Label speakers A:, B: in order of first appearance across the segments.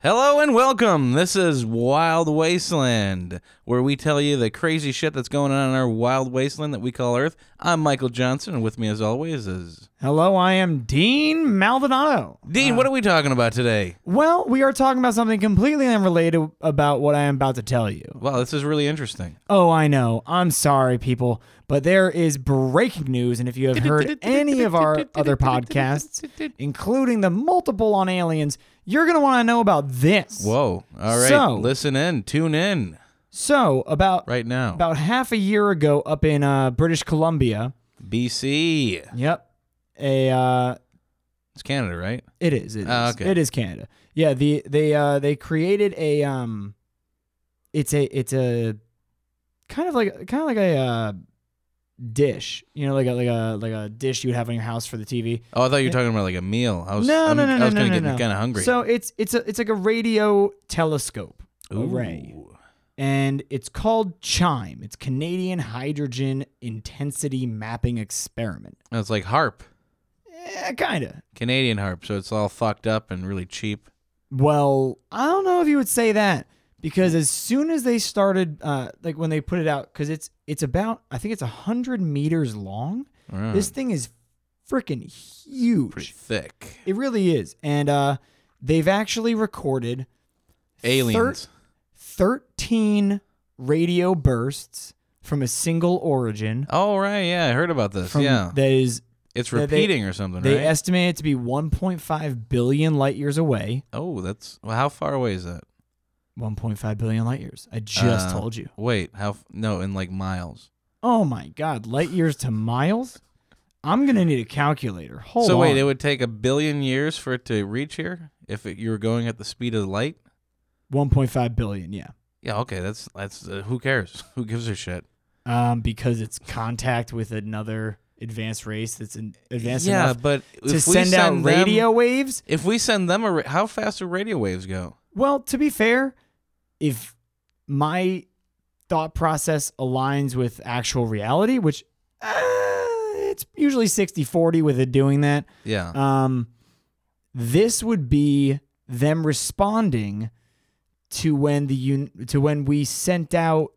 A: Hello and welcome. This is Wild Wasteland, where we tell you the crazy shit that's going on in our wild wasteland that we call Earth. I'm Michael Johnson, and with me, as always, is
B: Hello, I am Dean Maldonado.
A: Dean. what are we talking about today?
B: Well, we are talking about something completely unrelated about what I am about to tell you.
A: Wow, this is really interesting.
B: Oh, I know. I'm sorry, people, but there is breaking news. And if you have heard any of our other podcasts, including the multiple on aliens, you're going to want to know about this.
A: Whoa! All right,
B: So-
A: listen in, tune in
B: So, about,
A: right now.
B: about half a year ago up in uh, British Columbia,
A: BC,
B: yep, a uh,
A: it's Canada, right?
B: It is. It is.
A: Ah, okay.
B: It is Canada. Yeah. The they uh they created a um, it's a it's a kind of like kind of like a uh, dish. You know, like a like a like a dish you would have on your house for the TV.
A: Oh, I thought you were talking about like a meal. I was,
B: No,
A: I'm,
B: no, no,
A: I was
B: no,
A: kinda
B: no,
A: getting
B: no.
A: kind of hungry.
B: So it's it's a it's like a radio telescope
A: Ooh.
B: array, and it's called Chime. It's Canadian Hydrogen Intensity Mapping Experiment.
A: It's like harp,
B: Yeah, kinda.
A: Canadian harp, so it's all fucked up and really cheap.
B: Well, I don't know if you would say that
A: Hmm.
B: because as soon as they started, uh, like when they put it out, because it's it's about I think it's hundred meters long.
A: Uh,
B: This thing is freaking huge.
A: pretty thick.
B: It really is, and uh, they've actually recorded
A: Aliens.
B: thirteen radio bursts from a single origin.
A: Oh right, yeah, I heard about this.
B: From
A: yeah,
B: that is
A: it's
B: that they-
A: repeating or something,
B: they
A: right?
B: estimate it to be one point five billion light years away.
A: oh, that's well, how far away is that?
B: One point five billion light years. I just
A: Uh,
B: told you.
A: Wait, how? f- No, in like miles.
B: Oh my God, light years to miles? I'm gonna need a calculator. Hold
A: so
B: on.
A: wait, it would take a billion years for it to reach here if it, you were going at the speed of light.
B: 1.5 billion, yeah.
A: Yeah, okay, that's that's uh, who cares? Who gives a shit?
B: Um, because it's contact with another advanced race that's in, advanced
A: yeah,
B: enough
A: but
B: to
A: if we
B: send out
A: them-
B: radio waves.
A: if we send them a, ra- how fast do radio waves go?
B: Well, to be fair, if my thought process aligns with actual reality, which uh, it's usually 60-40 with it doing that.
A: Yeah.
B: um, this would be them responding to when the un- to when we sent out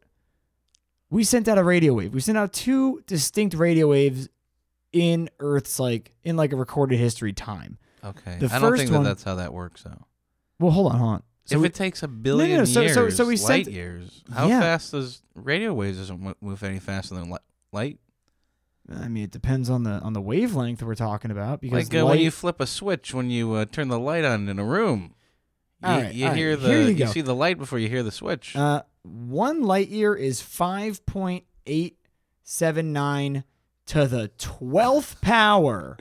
B: we sent out a radio wave. We sent out two distinct radio waves in Earth's like in like a recorded history time.
A: okay.
B: Uh, the
A: I don't
B: first
A: think
B: one-
A: that that's how that works though.
B: Well, hold on, hold on.
A: if
B: we-
A: it takes a billion
B: no, so-
A: years,
B: so- so we
A: light
B: sent-
A: years, how
B: Yeah.
A: fast does radio waves doesn't mo- move any faster than li- light?
B: I mean, it depends on the on the wavelength we're talking about because
A: Like uh, when
B: light-
A: you flip a switch when you uh, turn the light on in a room, you,
B: All right,
A: you
B: all right.
A: hear the
B: Here you
A: you,
B: go.
A: see the light before you hear the switch.
B: uh, one light year is five point eight seven nine to the twelfth power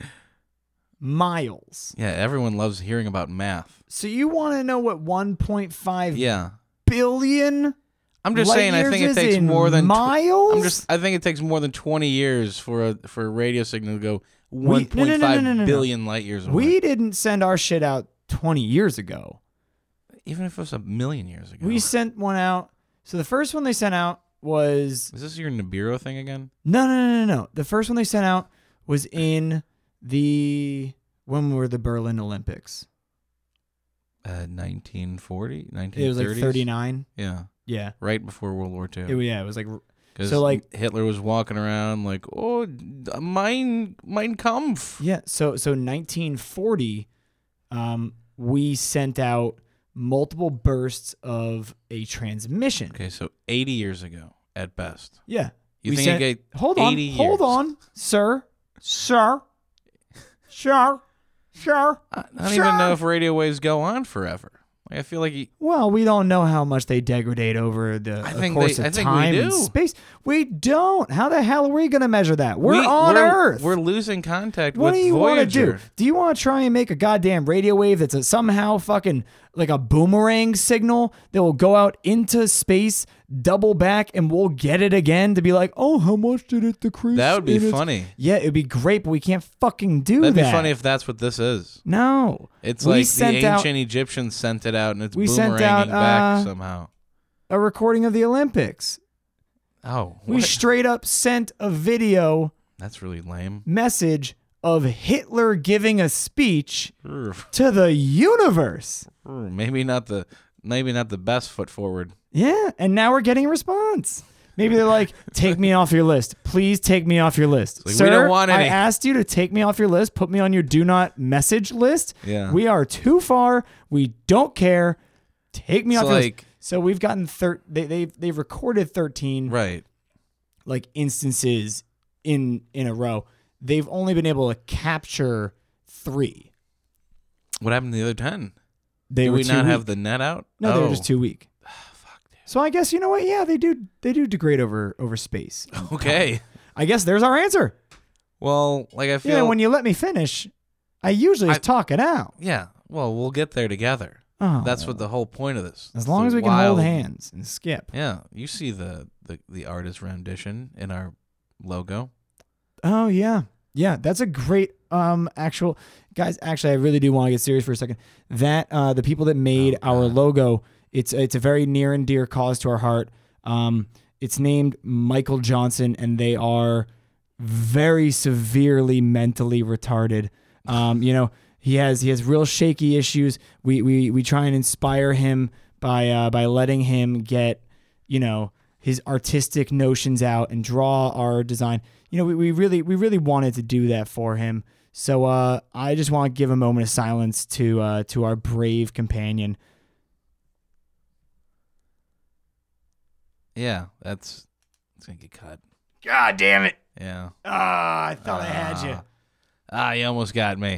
B: miles.
A: yeah, everyone loves hearing about math.
B: So you want to know what 1.5
A: Yeah,
B: billion
A: I'm just
B: light
A: saying. I
B: years
A: think it
B: is
A: takes
B: in
A: more than tw-
B: miles.
A: I'm just. I think it takes more than 20 years for a for a radio signal to go
B: We-
A: 1.5
B: no, no, no,
A: billion
B: no, no, no.
A: light years away.
B: we didn't send our shit out 20 years ago.
A: Even if it was a million years ago.
B: We sent one out. So the first one they sent out was
A: Is this your Nibiru thing again?
B: no, no, no, no, no. The first one they sent out was in the when were the Berlin Olympics?
A: Uh, 1940, 1930s.
B: It was like 39.
A: Yeah,
B: Yeah.
A: right before World War II.
B: It, wa- yeah, it was like
A: Because
B: So, like-
A: Hitler was walking around like, oh, d- mein mein Kampf.
B: Yeah. So so 1940, um, we sent out multiple bursts of a transmission.
A: Okay, so 80 years ago at best.
B: Yeah.
A: You
B: we
A: think
B: sent,
A: it get
B: hold on,
A: 80 years?
B: hold on, sir, sir, sir, sir.
A: I I don't
B: Uh, Sure.
A: even know if radio waves go on forever. Like, I feel like you,
B: Well, we don't know how much they degrade over the
A: I
B: the
A: think
B: course
A: they- I
B: of
A: think we
B: time and
A: do.
B: space. We don't. How the hell are we going to measure that? We're
A: we-
B: on
A: we're,
B: Earth.
A: We're losing contact
B: what
A: with
B: do you want to
A: Voyager.
B: do? Do you want to try and make a goddamn radio wave that's a, somehow fucking like a boomerang signal that will go out into space, double back, and we'll get it again to be like, oh, how much did it decrease?
A: That would be
B: in its-"
A: funny.
B: Yeah, it'd be great, but we can't fucking do
A: That'd
B: that.
A: be funny if that's what this is.
B: no,
A: It's
B: we
A: like the
B: sent
A: ancient
B: out
A: Egyptians sent it out and it's
B: We sent
A: boomeranging
B: out,
A: back
B: uh,
A: somehow.
B: a recording of the Olympics.
A: Oh,
B: We
A: what?
B: straight up sent a video
A: that's really lame.
B: message of Hitler giving a speech
A: Ooh,
B: to the universe.
A: ooh, Hmm, Maybe not the maybe not the best foot forward.
B: Yeah, and now we're getting a response. Maybe they're like, "Take me off your list, please. Take me off your list,
A: like, we
B: sir.
A: don't want
B: I
A: any."
B: asked you to take me off your list. Put me on your do not message list.
A: Yeah.
B: we are too far. We don't care. Take me
A: It's
B: off your list."
A: like-
B: So we've gotten thir- they, they've they've recorded thirteen
A: Right.
B: like instances in in a row. They've only been able to capture three.
A: What happened to the other ten?
B: They
A: Do
B: were
A: we
B: too
A: not
B: weak.
A: have the net out?
B: No, they
A: Oh.
B: were just too weak. So I guess you know what? Yeah, they do. They do degrade over over space.
A: Oh, Okay.
B: I guess there's our answer.
A: Well, like I feel.
B: Yeah, when you let me finish, I usually
A: I-
B: talk it out.
A: Yeah, Well, we'll get there together.
B: Oh,
A: That's what the whole point of this.
B: As
A: It's
B: long
A: the
B: as we can
A: wild-
B: hold hands and skip.
A: Yeah. You see the the the artist rendition in our logo.
B: Oh yeah, yeah. That's a great um actual guys. Actually, I really do want to get serious for a second. That uh the people that made our logo, it's it's a very near and dear cause to our heart. Um, it's named Michael Johnson, and they are very severely mentally retarded. Um, you know, he has he has real shaky issues. We we we try and inspire him by uh, by letting him get you know his artistic notions out and draw our design. You know, we, we really we really wanted to do that for him. So uh, I just want to give a moment of silence to uh, to our brave companion.
A: Yeah. That's it's gonna get cut.
B: God damn it!
A: Yeah.
B: Ah, I thought I had you.
A: Ah. Ah, you almost got me.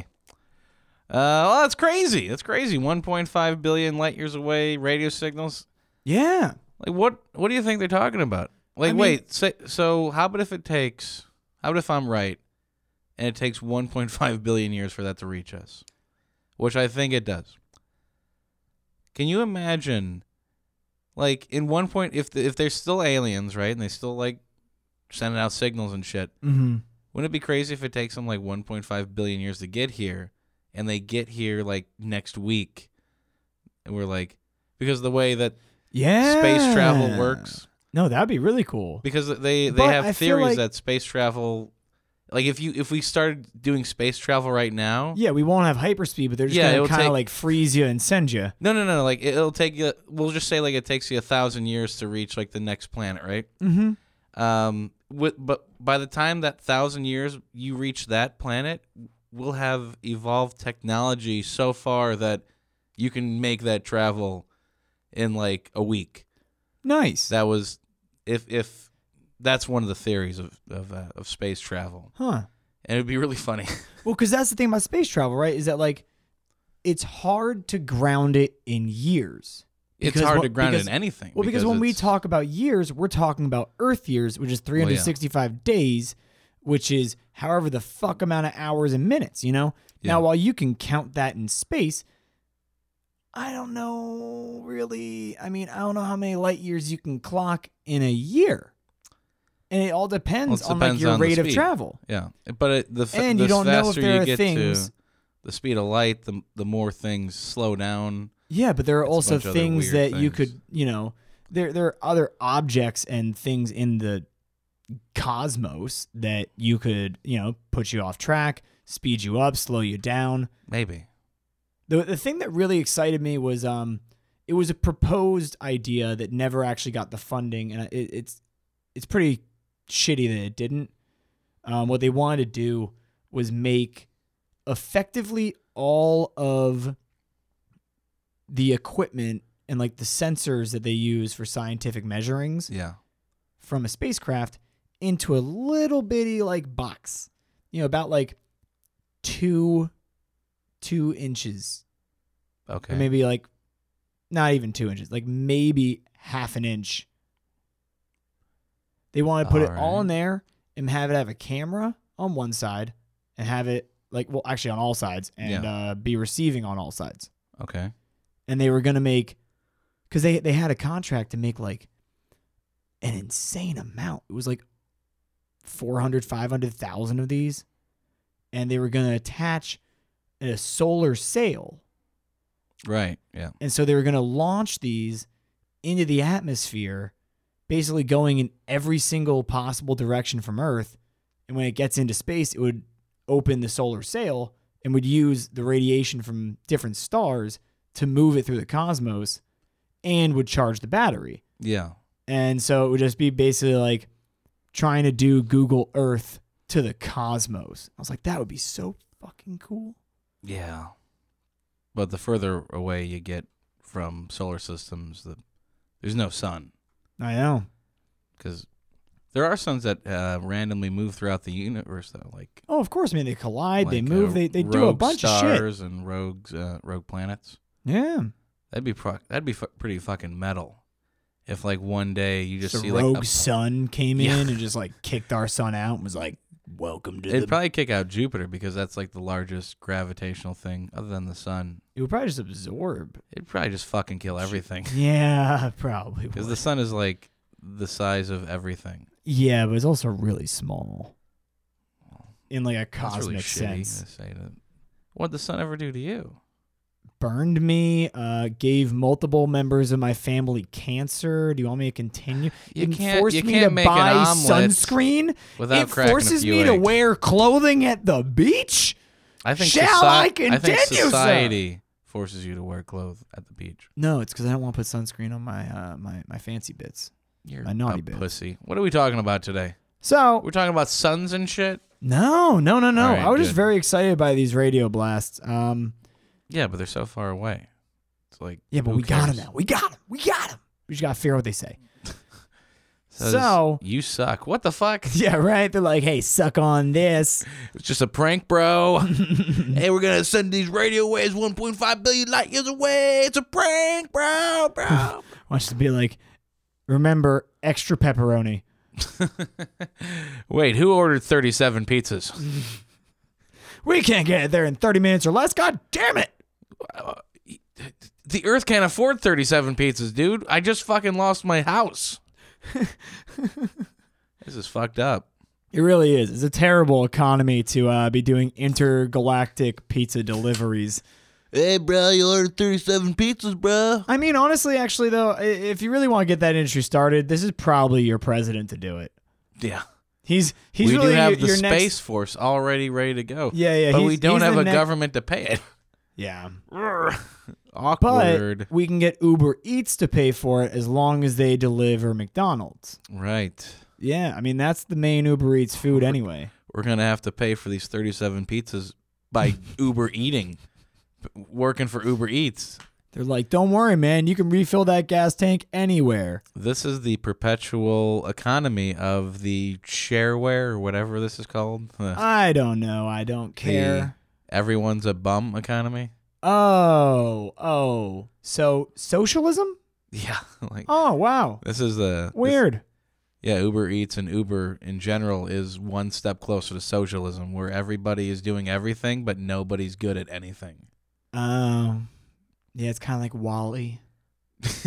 A: Uh, well, that's crazy. That's crazy. 1.5 billion light years away, radio signals.
B: Yeah.
A: Like, what? What do you think they're talking about? Like,
B: I mean-
A: wait. Say, so, how about if it takes? How about if I'm right, and it takes 1.5 billion years for that to reach us, which I think it does. Can you imagine, like, in one point, if the, if they're still aliens, right, and they still like sending out signals and shit,
B: Mm-hmm.
A: wouldn't it be crazy if it takes them like 1.5 billion years to get here and they get here like next week? And we're like, because of the way that
B: Yeah.
A: space travel works,
B: No, that'd be really cool.
A: because they they
B: But
A: have
B: I feel
A: theories
B: like-
A: that space travel, like if you if we started doing space travel right now,
B: Yeah, we won't have hyperspeed, but they're just
A: Yeah,
B: gonna
A: it'll
B: kind of
A: take-
B: like freeze you and send you.
A: no, no, no, like it'll take you. We'll just say like it takes you a thousand years to reach like the next planet, right?
B: Mm-hmm.
A: Um, with, but by the time that thousand years you reach that planet, we'll have evolved technology so far that you can make that travel in like a week.
B: Nice.
A: That was if if that's one of the theories of of, uh, of space travel,
B: huh.
A: and it'd be really funny.
B: Well, because that's the thing about space travel, right? Is that like it's hard to ground it in years.
A: it's
B: Because
A: hard
B: what-
A: to ground
B: because-
A: it in anything.
B: Well, because, when we
A: it's-
B: talk about years, we're talking about Earth years, which is 365 days, which is however the fuck amount of hours and minutes, you know?
A: Yeah.
B: Now, while you can count that in space, I don't know really. I mean, I don't know how many light years you can clock in a year. And it all depends
A: Well, it
B: on like
A: depends
B: your
A: on the
B: rate of
A: speed.
B: travel.
A: yeah, but it, the f-
B: And
A: the
B: you don't know if
A: faster
B: there
A: you
B: are
A: get
B: things-
A: to the speed of light, the the more things slow down.
B: Yeah, but there are
A: It's a
B: also
A: bunch of other
B: things
A: weird
B: that you
A: things.
B: could, you know, there there are other objects and things in the cosmos that you could, you know, put you off track, speed you up, slow you down.
A: Maybe.
B: The the thing that really excited me was um it was a proposed idea that never actually got the funding and it, it's it's pretty shitty that it didn't. Um, what they wanted to do was make effectively all of the equipment and like the sensors that they use for scientific measurings
A: Yeah.
B: from a spacecraft into a little bitty like box, you know, about like two two inches
A: Okay.
B: or maybe like not even two inches, like maybe half an inch. They want to put it all in there and have it have a camera on one side and have it like well actually on all sides and
A: Yeah.
B: uh, be receiving on all sides.
A: Okay.
B: And they were gonna make because they they had a contract to make like an insane amount. It was like 400, 500,000 of these. And they were gonna attach a solar sail
A: Right. Yeah.
B: And so they were going to launch these into the atmosphere, basically going in every single possible direction from Earth. And when it gets into space, it would open the solar sail and would use the radiation from different stars to move it through the cosmos and would charge the battery.
A: Yeah.
B: And so it would just be basically like trying to do Google Earth to the cosmos. I was like, that would be so fucking cool.
A: Yeah. But the further away you get from solar systems, the there's no sun
B: I know.
A: because there are suns that uh, randomly move throughout the universe though, like
B: Oh, of course. I mean, they collide, they
A: like,
B: move,
A: uh,
B: they, they do a
A: rogue
B: bunch of shit.
A: stars and rogues uh, rogue planets.
B: Yeah.
A: That'd be pro- that'd be fu- pretty fucking metal. If like one day you just
B: Just
A: see
B: a
A: like
B: rogue
A: a-
B: sun came
A: Yeah.
B: in and just like kicked our sun out and was like, welcome to
A: it'd
B: the.
A: probably kick out Jupiter because that's like the largest gravitational thing other than the sun.
B: it would probably just absorb.
A: It'd probably just fucking kill everything
B: Yeah, probably.
A: because
B: would.
A: the sun is like the size of everything.
B: Yeah, but it's also really small. In like a
A: That's
B: cosmic
A: really shitty
B: sense.
A: to say to- What'd the sun ever do to you?
B: Burned me, uh, gave multiple members of my family cancer. Do you want me to continue?
A: You
B: It
A: can't-
B: forced
A: you
B: me
A: can't
B: to
A: make an
B: buy
A: omelet
B: sunscreen.
A: Without
B: it
A: cracking a
B: forces
A: few
B: me to
A: eggs.
B: wear clothing at the beach.
A: I think
B: Shall
A: soci-
B: I
A: think
B: continue, sir?
A: society forces you to wear clothes at the beach.
B: No, it's because I don't want to put sunscreen on my uh, my my fancy bits.
A: You're
B: My naughty
A: a
B: bits.
A: pussy. What are we talking about today?
B: So
A: We're talking about suns and shit.
B: no, no, no, no.
A: All right,
B: I was
A: good.
B: just very excited by these radio blasts. Um,
A: Yeah, but they're so far away. It's like
B: yeah, but
A: who
B: we got 'em got
A: cares?
B: them now. We got them. We got them. We just gotta figure out what they say.
A: Says,
B: So-
A: you suck. What the fuck?
B: Yeah, right. They're like, hey, suck on this.
A: It's just a prank, bro. hey, we're gonna send these radio waves 1.5 billion light years away. It's a prank, bro, bro.
B: Watch to be like, remember extra pepperoni.
A: Wait, who ordered 37 pizzas?
B: We can't get it there in thirty minutes or less. God damn it.
A: The Earth can't afford 37 pizzas, dude. I just fucking lost my house. this is fucked up.
B: It really is. It's a terrible economy to uh, be doing intergalactic pizza deliveries.
A: Hey, bro, you ordered 37 pizzas, bro.
B: I mean, honestly, actually, though, i- if you really want to get that industry started, this is probably your president to do it.
A: Yeah,
B: He's he's
A: we
B: really
A: do have
B: your,
A: the
B: your
A: space
B: next.
A: force already ready to go.
B: Yeah, yeah.
A: but
B: he's-
A: we don't
B: he's
A: have
B: the
A: a
B: next-
A: government to pay it.
B: Yeah, but
A: Awkward.
B: we can get Uber Eats to pay for it as long as they deliver McDonald's.
A: Right.
B: Yeah, I mean that's the main Uber Eats food anyway.
A: We're going to have to pay for these 37 pizzas by Uber eating, p- working for Uber Eats.
B: They're like, don't worry, man, you can refill that gas tank anywhere.
A: This is the perpetual economy of the shareware or whatever this is called. The,
B: I don't know. I don't care.
A: the everyone's a bum economy.
B: Oh, oh. So socialism?
A: Yeah. Like
B: Oh, wow.
A: this is the this-
B: Weird.
A: yeah, Uber Eats and Uber in general is one step closer to socialism where everybody is doing everything but nobody's good at anything.
B: Um, yeah, it's kind of like Wally.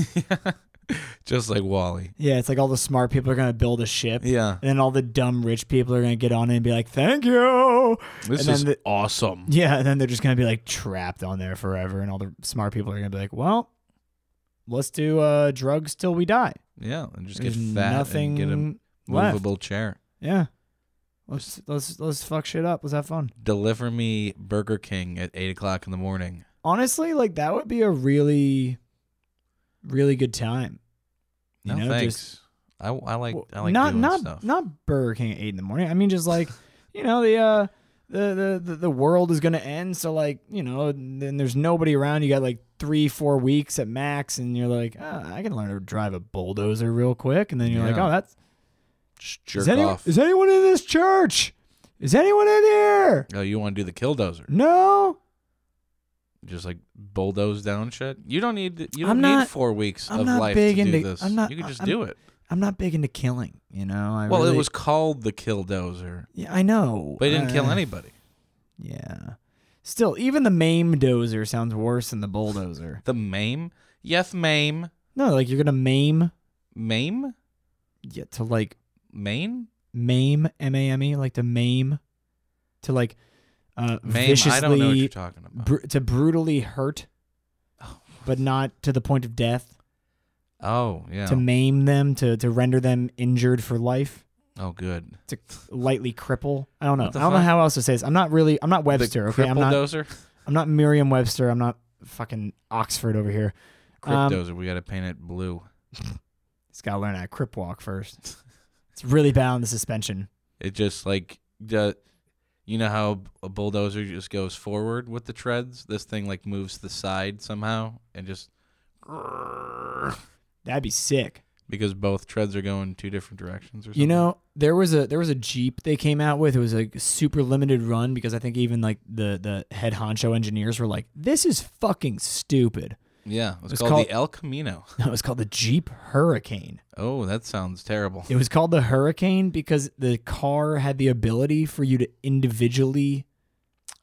A: Just like Wally.
B: Yeah, it's like all the smart people are gonna build a ship,
A: Yeah.
B: and then all the dumb rich people are gonna get on it and be like, "Thank you."
A: This
B: And then
A: is
B: the-
A: awesome.
B: Yeah, and then they're just gonna be like trapped on there forever, and all the smart people are gonna be like, "Well, let's do uh drugs till we die."
A: Yeah, and just
B: There's
A: get fat
B: nothing
A: and get a
B: left.
A: movable chair.
B: Yeah, let's let's let's fuck shit up. Let's have fun.
A: Deliver me Burger King at eight o'clock in the morning.
B: Honestly, like that would be a really, really good time. You
A: No
B: know,
A: thanks.
B: just-
A: I, I like
B: Well,
A: I like
B: not
A: doing
B: not
A: stuff.
B: not Burger King at eight in the morning. I mean, just like you know the uh the, the the the world is gonna end, so like you know, and then there's nobody around. You got like three four weeks at max, and you're like, oh, I can learn to drive a bulldozer real quick, and then you're like,
A: Yeah.
B: oh, that's
A: Just jerk
B: is, any-
A: off.
B: is anyone in this church? Is anyone in here?
A: oh, you want to do the killdozer?
B: No,
A: Just like bulldoze down shit. You don't need to- you don't
B: I'm
A: need
B: not-
A: four weeks
B: I'm
A: of
B: not
A: life
B: big
A: to do
B: into-
A: this.
B: I'm not-
A: you can just
B: I'm-
A: do it.
B: I'm not big into killing. You know, I
A: well,
B: really-
A: it was called the killdozer,
B: Yeah, I know,
A: but it didn't kill
B: Uh,
A: anybody.
B: Yeah. Still, even the maim dozer sounds worse than the bulldozer.
A: The maim, yes, maim,
B: No, like you're gonna maim
A: maim,
B: yeah, to like
A: maim.
B: maim M A M E like to maim to like uh
A: Maim.
B: viciously
A: I don't know what you're talking about.
B: br- to brutally hurt,
A: Oh.
B: but not to the point of death.
A: oh yeah.
B: To maim them to to render them injured for life.
A: Oh, good.
B: to lightly cripple. I don't know. I
A: What the
B: don't know
A: fuck?
B: how else to say this. I'm not really. I'm not Webster.
A: the
B: okay, I'm
A: cripple
B: not.
A: dozer.
B: I'm not Merriam-Webster. I'm not fucking Oxford over here.
A: Crip
B: Um,
A: dozer. We got to paint it blue.
B: It's got to learn how to crip walk first. It's really bad on the suspension.
A: It just like the, you know how a bulldozer just goes forward with the treads. This thing like moves to the side somehow and just
B: That'd be sick.
A: because both treads are going two different directions or something.
B: You know, there was a there was a Jeep they came out with. It was a super limited run because I think even like the the head honcho engineers were like, "This is fucking stupid."
A: Yeah, it's,
B: It's
A: called,
B: called-
A: the El Camino.
B: No, it was called the Jeep Hurricane.
A: Oh, that sounds terrible.
B: It was called the Hurricane because the car had the ability for you to individually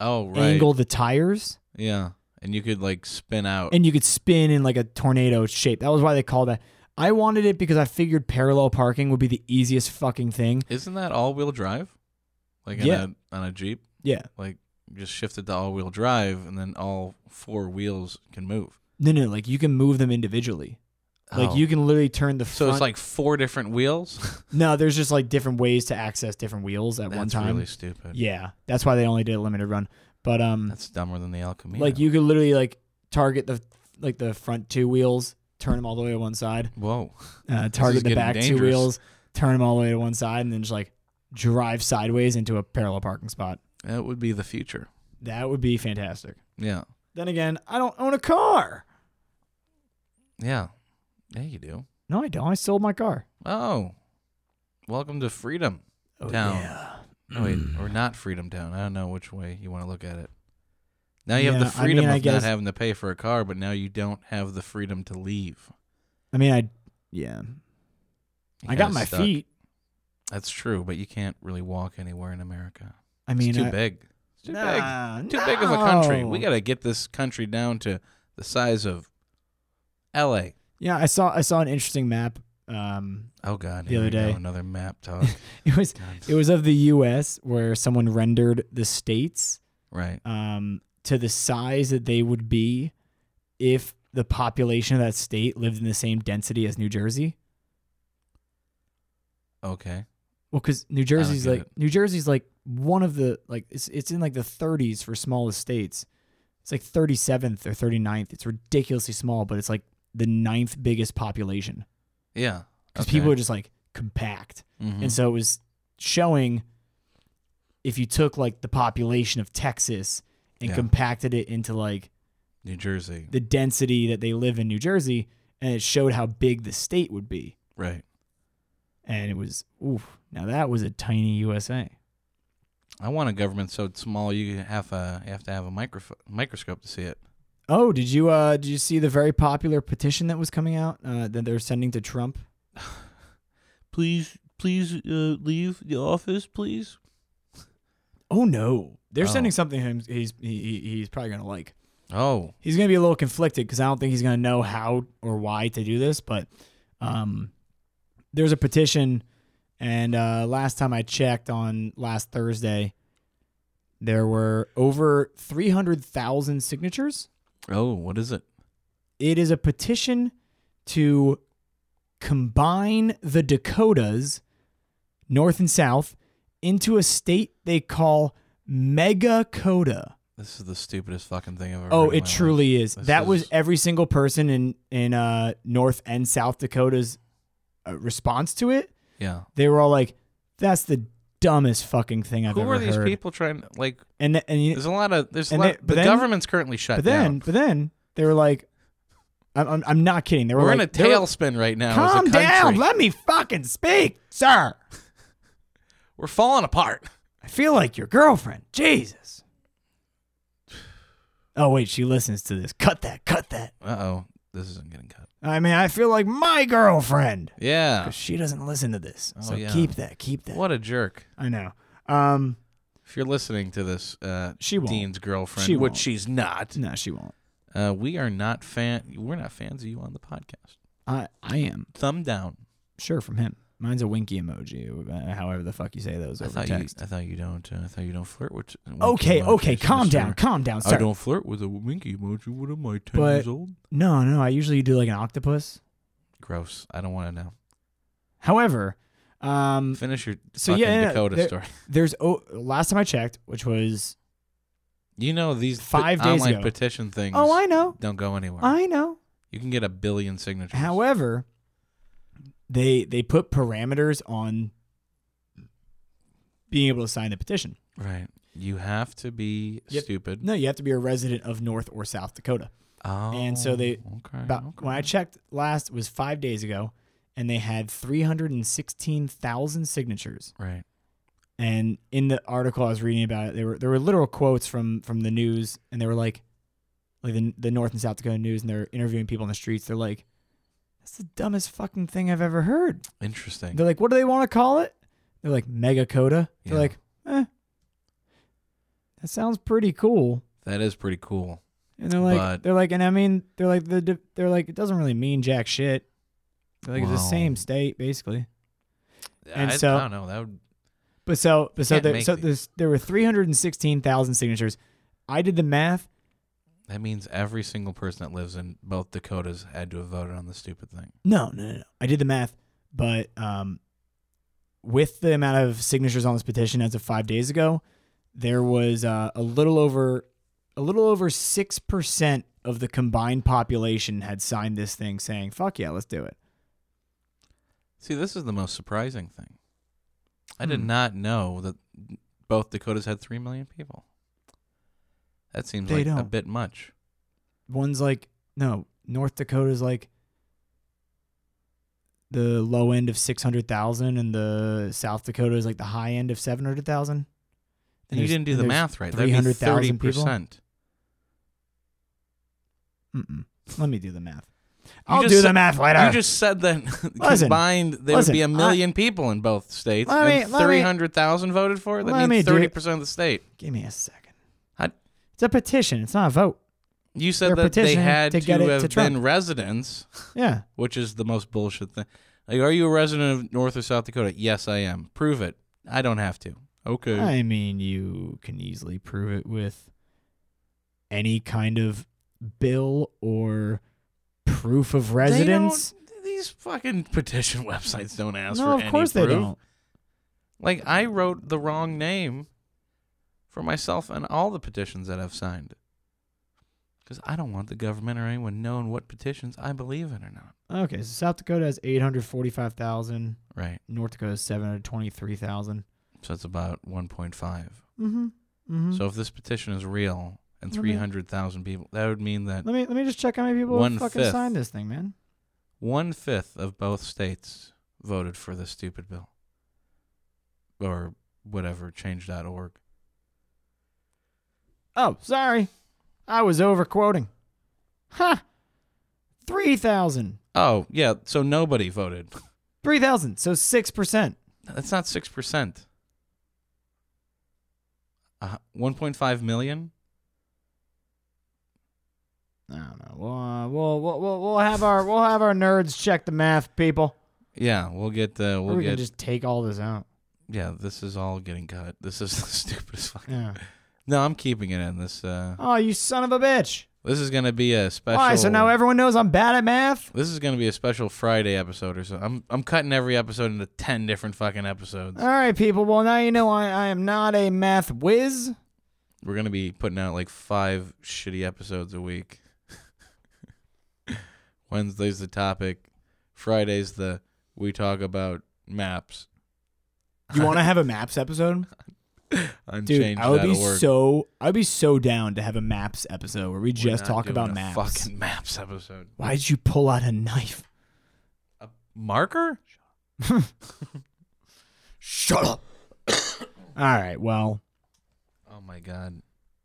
A: Oh, right.
B: angle the tires.
A: Yeah, and you could like spin out.
B: and you could spin in like a tornado shape. That was why they called that. I wanted it because I figured parallel parking would be the easiest fucking thing.
A: Isn't that all-wheel drive? Like on
B: Yeah.
A: a on a Jeep,
B: Yeah.
A: like you just shift it to all-wheel drive, and then all four wheels can move.
B: No, no, like you can move them individually. Like
A: Oh.
B: you can literally turn the
A: So
B: front.
A: it's like four different wheels.
B: no, there's just like different ways to access different wheels at
A: That's
B: one time.
A: really stupid.
B: yeah, that's why they only did a limited run. But um,
A: That's dumber than the El Camino.
B: like you could literally like target the like the front two wheels, turn them all the way to one side.
A: Whoa.
B: Uh, target the
A: getting
B: back two
A: dangerous.
B: wheels, turn them all the way to one side, and then just like drive sideways into a parallel parking spot.
A: That would be the future.
B: That would be fantastic.
A: Yeah.
B: Then again, I don't own a car.
A: Yeah. Yeah, you do.
B: No, I don't. I sold my car.
A: Oh. Welcome to Freedom.
B: Oh,
A: Down.
B: yeah.
A: No, wait,
B: Hmm.
A: or not Freedom Town. I don't know which way you want to look at it. Now you have
B: Yeah,
A: the
B: I mean,
A: freedom
B: I
A: of
B: guess-
A: not having to pay for a car, but now you don't have the freedom to leave.
B: I mean, I yeah.
A: You
B: I got
A: kinda
B: my
A: stuck.
B: feet.
A: That's true, but you can't really walk anywhere in America.
B: I mean,
A: it's too
B: I-
A: big. It's too big.
B: Nah,
A: Too big of a country.
B: no.
A: We got to get this country down to the size of L.A.
B: yeah. I saw I saw an interesting map. Um,
A: Oh God!
B: The
A: here
B: other
A: we go,
B: day.
A: another map talk.
B: it was
A: God.
B: it was of the U.S. where someone rendered the states
A: right.
B: um, to the size that they would be if the population of that state lived in the same density as New Jersey.
A: Okay.
B: Well, because New Jersey's
A: get
B: like
A: it.
B: New Jersey's like one of the like it's it's in like the 30s for smallest states. It's like 37th or 39th. It's ridiculously small, but it's like the ninth biggest population
A: Yeah.
B: because
A: okay.
B: people are just like compact.
A: Mhm.
B: And so it was showing if you took like the population of Texas and
A: Yeah.
B: compacted it into like
A: New Jersey.
B: the density that they live in New Jersey, and it showed how big the state would be.
A: Right.
B: And it was oof. Now that was a tiny USA.
A: I want a government so small you have a you have to have a microfo- microscope to see it.
B: Oh, did you uh did you see the very popular petition that was coming out uh, that they're sending to Trump?
A: Please, please uh, leave the office, please.
B: Oh no, they're
A: Oh.
B: sending something him he's he, he- he's probably gonna like.
A: Oh,
B: He's gonna be a little conflicted because I don't think he's gonna know how or why to do this. But um, there's a petition, and uh, last time I checked on last Thursday, there were over three hundred thousand signatures.
A: oh, what is it?
B: It is a petition to combine the Dakotas, North and South, into a state they call Megakota.
A: This is the stupidest fucking thing I've ever. heard
B: Oh,
A: in
B: it
A: my
B: truly is.
A: This
B: that was
A: is-
B: every single person in in uh, North and South Dakota's uh, response to it.
A: life. Yeah.
B: They were all like, "That's the dumbest fucking thing I've
A: Who
B: ever
A: are these
B: heard."
A: people trying? Like,
B: And th- and you-
A: there's a lot of there's a
B: And
A: lot.
B: they- but
A: the
B: then-
A: government's currently shut
B: but then
A: down.
B: but then they were like, "I'm I'm, I'm not kidding." They were
A: We're
B: like,
A: in a
B: they were-
A: tailspin right now. as a
B: Calm
A: country.
B: down. Let me fucking speak, sir.
A: We're falling apart.
B: I feel like your girlfriend. Jesus. Oh, wait. She listens to this. Cut that. Cut that.
A: Uh oh, this isn't getting cut.
B: I mean, I feel like my girlfriend.
A: Yeah.
B: 'Cause She doesn't listen to this.
A: Oh,
B: so
A: yeah.
B: keep that. Keep that.
A: What a jerk.
B: I know. Um,
A: If you're listening to this, uh,
B: She won't.
A: Dean's girlfriend,
B: She
A: which
B: won't.
A: she's not.
B: no, she won't.
A: Uh, we are not fan. We're not fans of you on the podcast.
B: I, I am.
A: Thumb down.
B: Sure, from him. Mine's a winky emoji, uh, however the fuck you say those
A: I
B: over
A: thought you.
B: text.
A: I thought you don't. Uh, I thought you don't flirt with. with
B: okay,
A: emojis,
B: okay. Calm
A: Mr.
B: down. Calm down,
A: I
B: sir.
A: don't flirt with a winky emoji. What am I, ten
B: But-
A: years old?
B: No, no. I usually do like an octopus.
A: Gross. I don't want to know.
B: However, Um,
A: Finish your
B: So,
A: fucking
B: yeah, yeah,
A: Dakota
B: there-
A: story.
B: there's oh, last time I checked, which was
A: You know these p-
B: Five days
A: online
B: ago.
A: petition things
B: oh I know,
A: don't go anywhere.
B: I know.
A: you can get a billion signatures.
B: However, they they put parameters on being able to sign the petition.
A: right. You have to be
B: Yep.
A: stupid.
B: No, you have to be a resident of North or South Dakota.
A: Oh,
B: And so they-
A: okay,
B: About,
A: okay.
B: When I checked last it was five days ago, and they had three hundred and sixteen thousand signatures.
A: right.
B: And in the article I was reading about it, there were there were literal quotes from from the news, and they were like, like the, the North and South Dakota news, and they're interviewing people in the streets. They're like, "That's the dumbest fucking thing I've ever heard."
A: Interesting.
B: They're like, "What do they want to call it?" They're like, "Megakota."
A: Yeah.
B: They're like, "Eh, that sounds pretty cool."
A: that is pretty cool.
B: And they're like,
A: But-
B: they're like, and I mean, they're like, the di- they're like, it doesn't really mean jack shit. They're like it's the
A: Wow.
B: same state basically. And
A: I,
B: so-
A: I don't know. That would
B: But so, but so,
A: Can't
B: there,
A: make
B: so
A: these.
B: there's, there were three hundred and sixteen thousand signatures. I did the math.
A: that means every single person that lives in both Dakotas had to have voted on the stupid thing.
B: No, no, no, no. I did the math, but um, with the amount of signatures on this petition as of five days ago, there was uh, a little over, a little over six percent of the combined population had signed this thing saying, "Fuck yeah, let's do it."
A: See, this is the most surprising thing. I did
B: Hmm.
A: not know that both Dakotas had three million people. That seems
B: They
A: like a
B: don't.
A: bit much.
B: one's like no north dakota's like the low end of 600000 and the south dakota is like the high end of 700000
A: And you
B: there's-
A: didn't do the
B: there's
A: math right. That'd be
B: 300,000
A: thirty
B: people?
A: percent.
B: Mm-mm. let me do the math i'll
A: just
B: do the
A: said-
B: math later
A: You just said that
B: Listen,
A: combined there
B: listen,
A: would be
B: I-
A: a million people in both states,
B: Let me-
A: and
B: let me-
A: three hundred thousand voted for it.
B: Let
A: That
B: me
A: means
B: do it.
A: thirty percent of the state.
B: give me a second
A: I-
B: it's a petition it's not a vote
A: You
B: They're
A: said that they
B: petitioning
A: had
B: to
A: to,
B: get it to
A: have
B: Trump.
A: been residents,
B: yeah
A: which is the most bullshit thing. Like, are you a resident of North or South Dakota? Yes, I am. Prove it. I don't have to. Okay.
B: i mean you can easily prove it with any kind of bill or proof of
A: They don't-
B: residence
A: These fucking petition websites don't ask
B: no
A: for
B: of
A: any
B: course they
A: proof.
B: don't
A: Like I wrote the wrong name for myself and all the petitions that I've signed. Because I don't want the government or anyone knowing what petitions I believe in or not.
B: Okay, so South Dakota has 845,000,
A: Right.
B: North Dakota has 723,000.
A: So that's about 1.5.
B: Mm-hmm. Mm-hmm.
A: So if this petition is real and
B: Let me-
A: 300,000 people, that would mean that
B: let me let me just check how many people
A: One
B: fucking
A: fifth.
B: signed this thing, man.
A: one fifth of both states voted for this stupid bill or whatever, change.org.
B: Oh, sorry. I was over quoting. Ha! 3,000.
A: Oh, yeah. So nobody voted.
B: 3,000. So 6%.
A: That's not six percent. Uh, One point five million.
B: I don't know. We'll, uh, we'll, we'll, we'll, we'll have our we'll have our nerds check the math, people.
A: Yeah, we'll get the
B: Or
A: we'll
B: we
A: get.
B: can just take all this out.
A: yeah, this is all getting cut. This is the stupidest fucking.
B: Yeah.
A: No, I'm keeping it in this. Uh,
B: Oh, you son of a bitch!
A: this is gonna be a
B: Why?
A: special.
B: So now everyone knows I'm bad at math.
A: this is gonna be a special Friday episode or so. I'm I'm cutting every episode into ten different fucking episodes.
B: All right, people. Well, now you know I, I am not a math whiz.
A: We're gonna be putting out like five shitty episodes a week. Wednesday's the topic. Friday's the we talk about maps.
B: You want to have a maps episode, dude?
A: Unchanged.
B: I would be
A: dot org.
B: so I'd be so down to have a maps episode where we
A: We're
B: just
A: not
B: talk
A: doing
B: about
A: a
B: maps.
A: Fucking maps episode.
B: Why did you pull out a knife?
A: A marker?
B: Shut up. All right. Well,
A: Oh my god.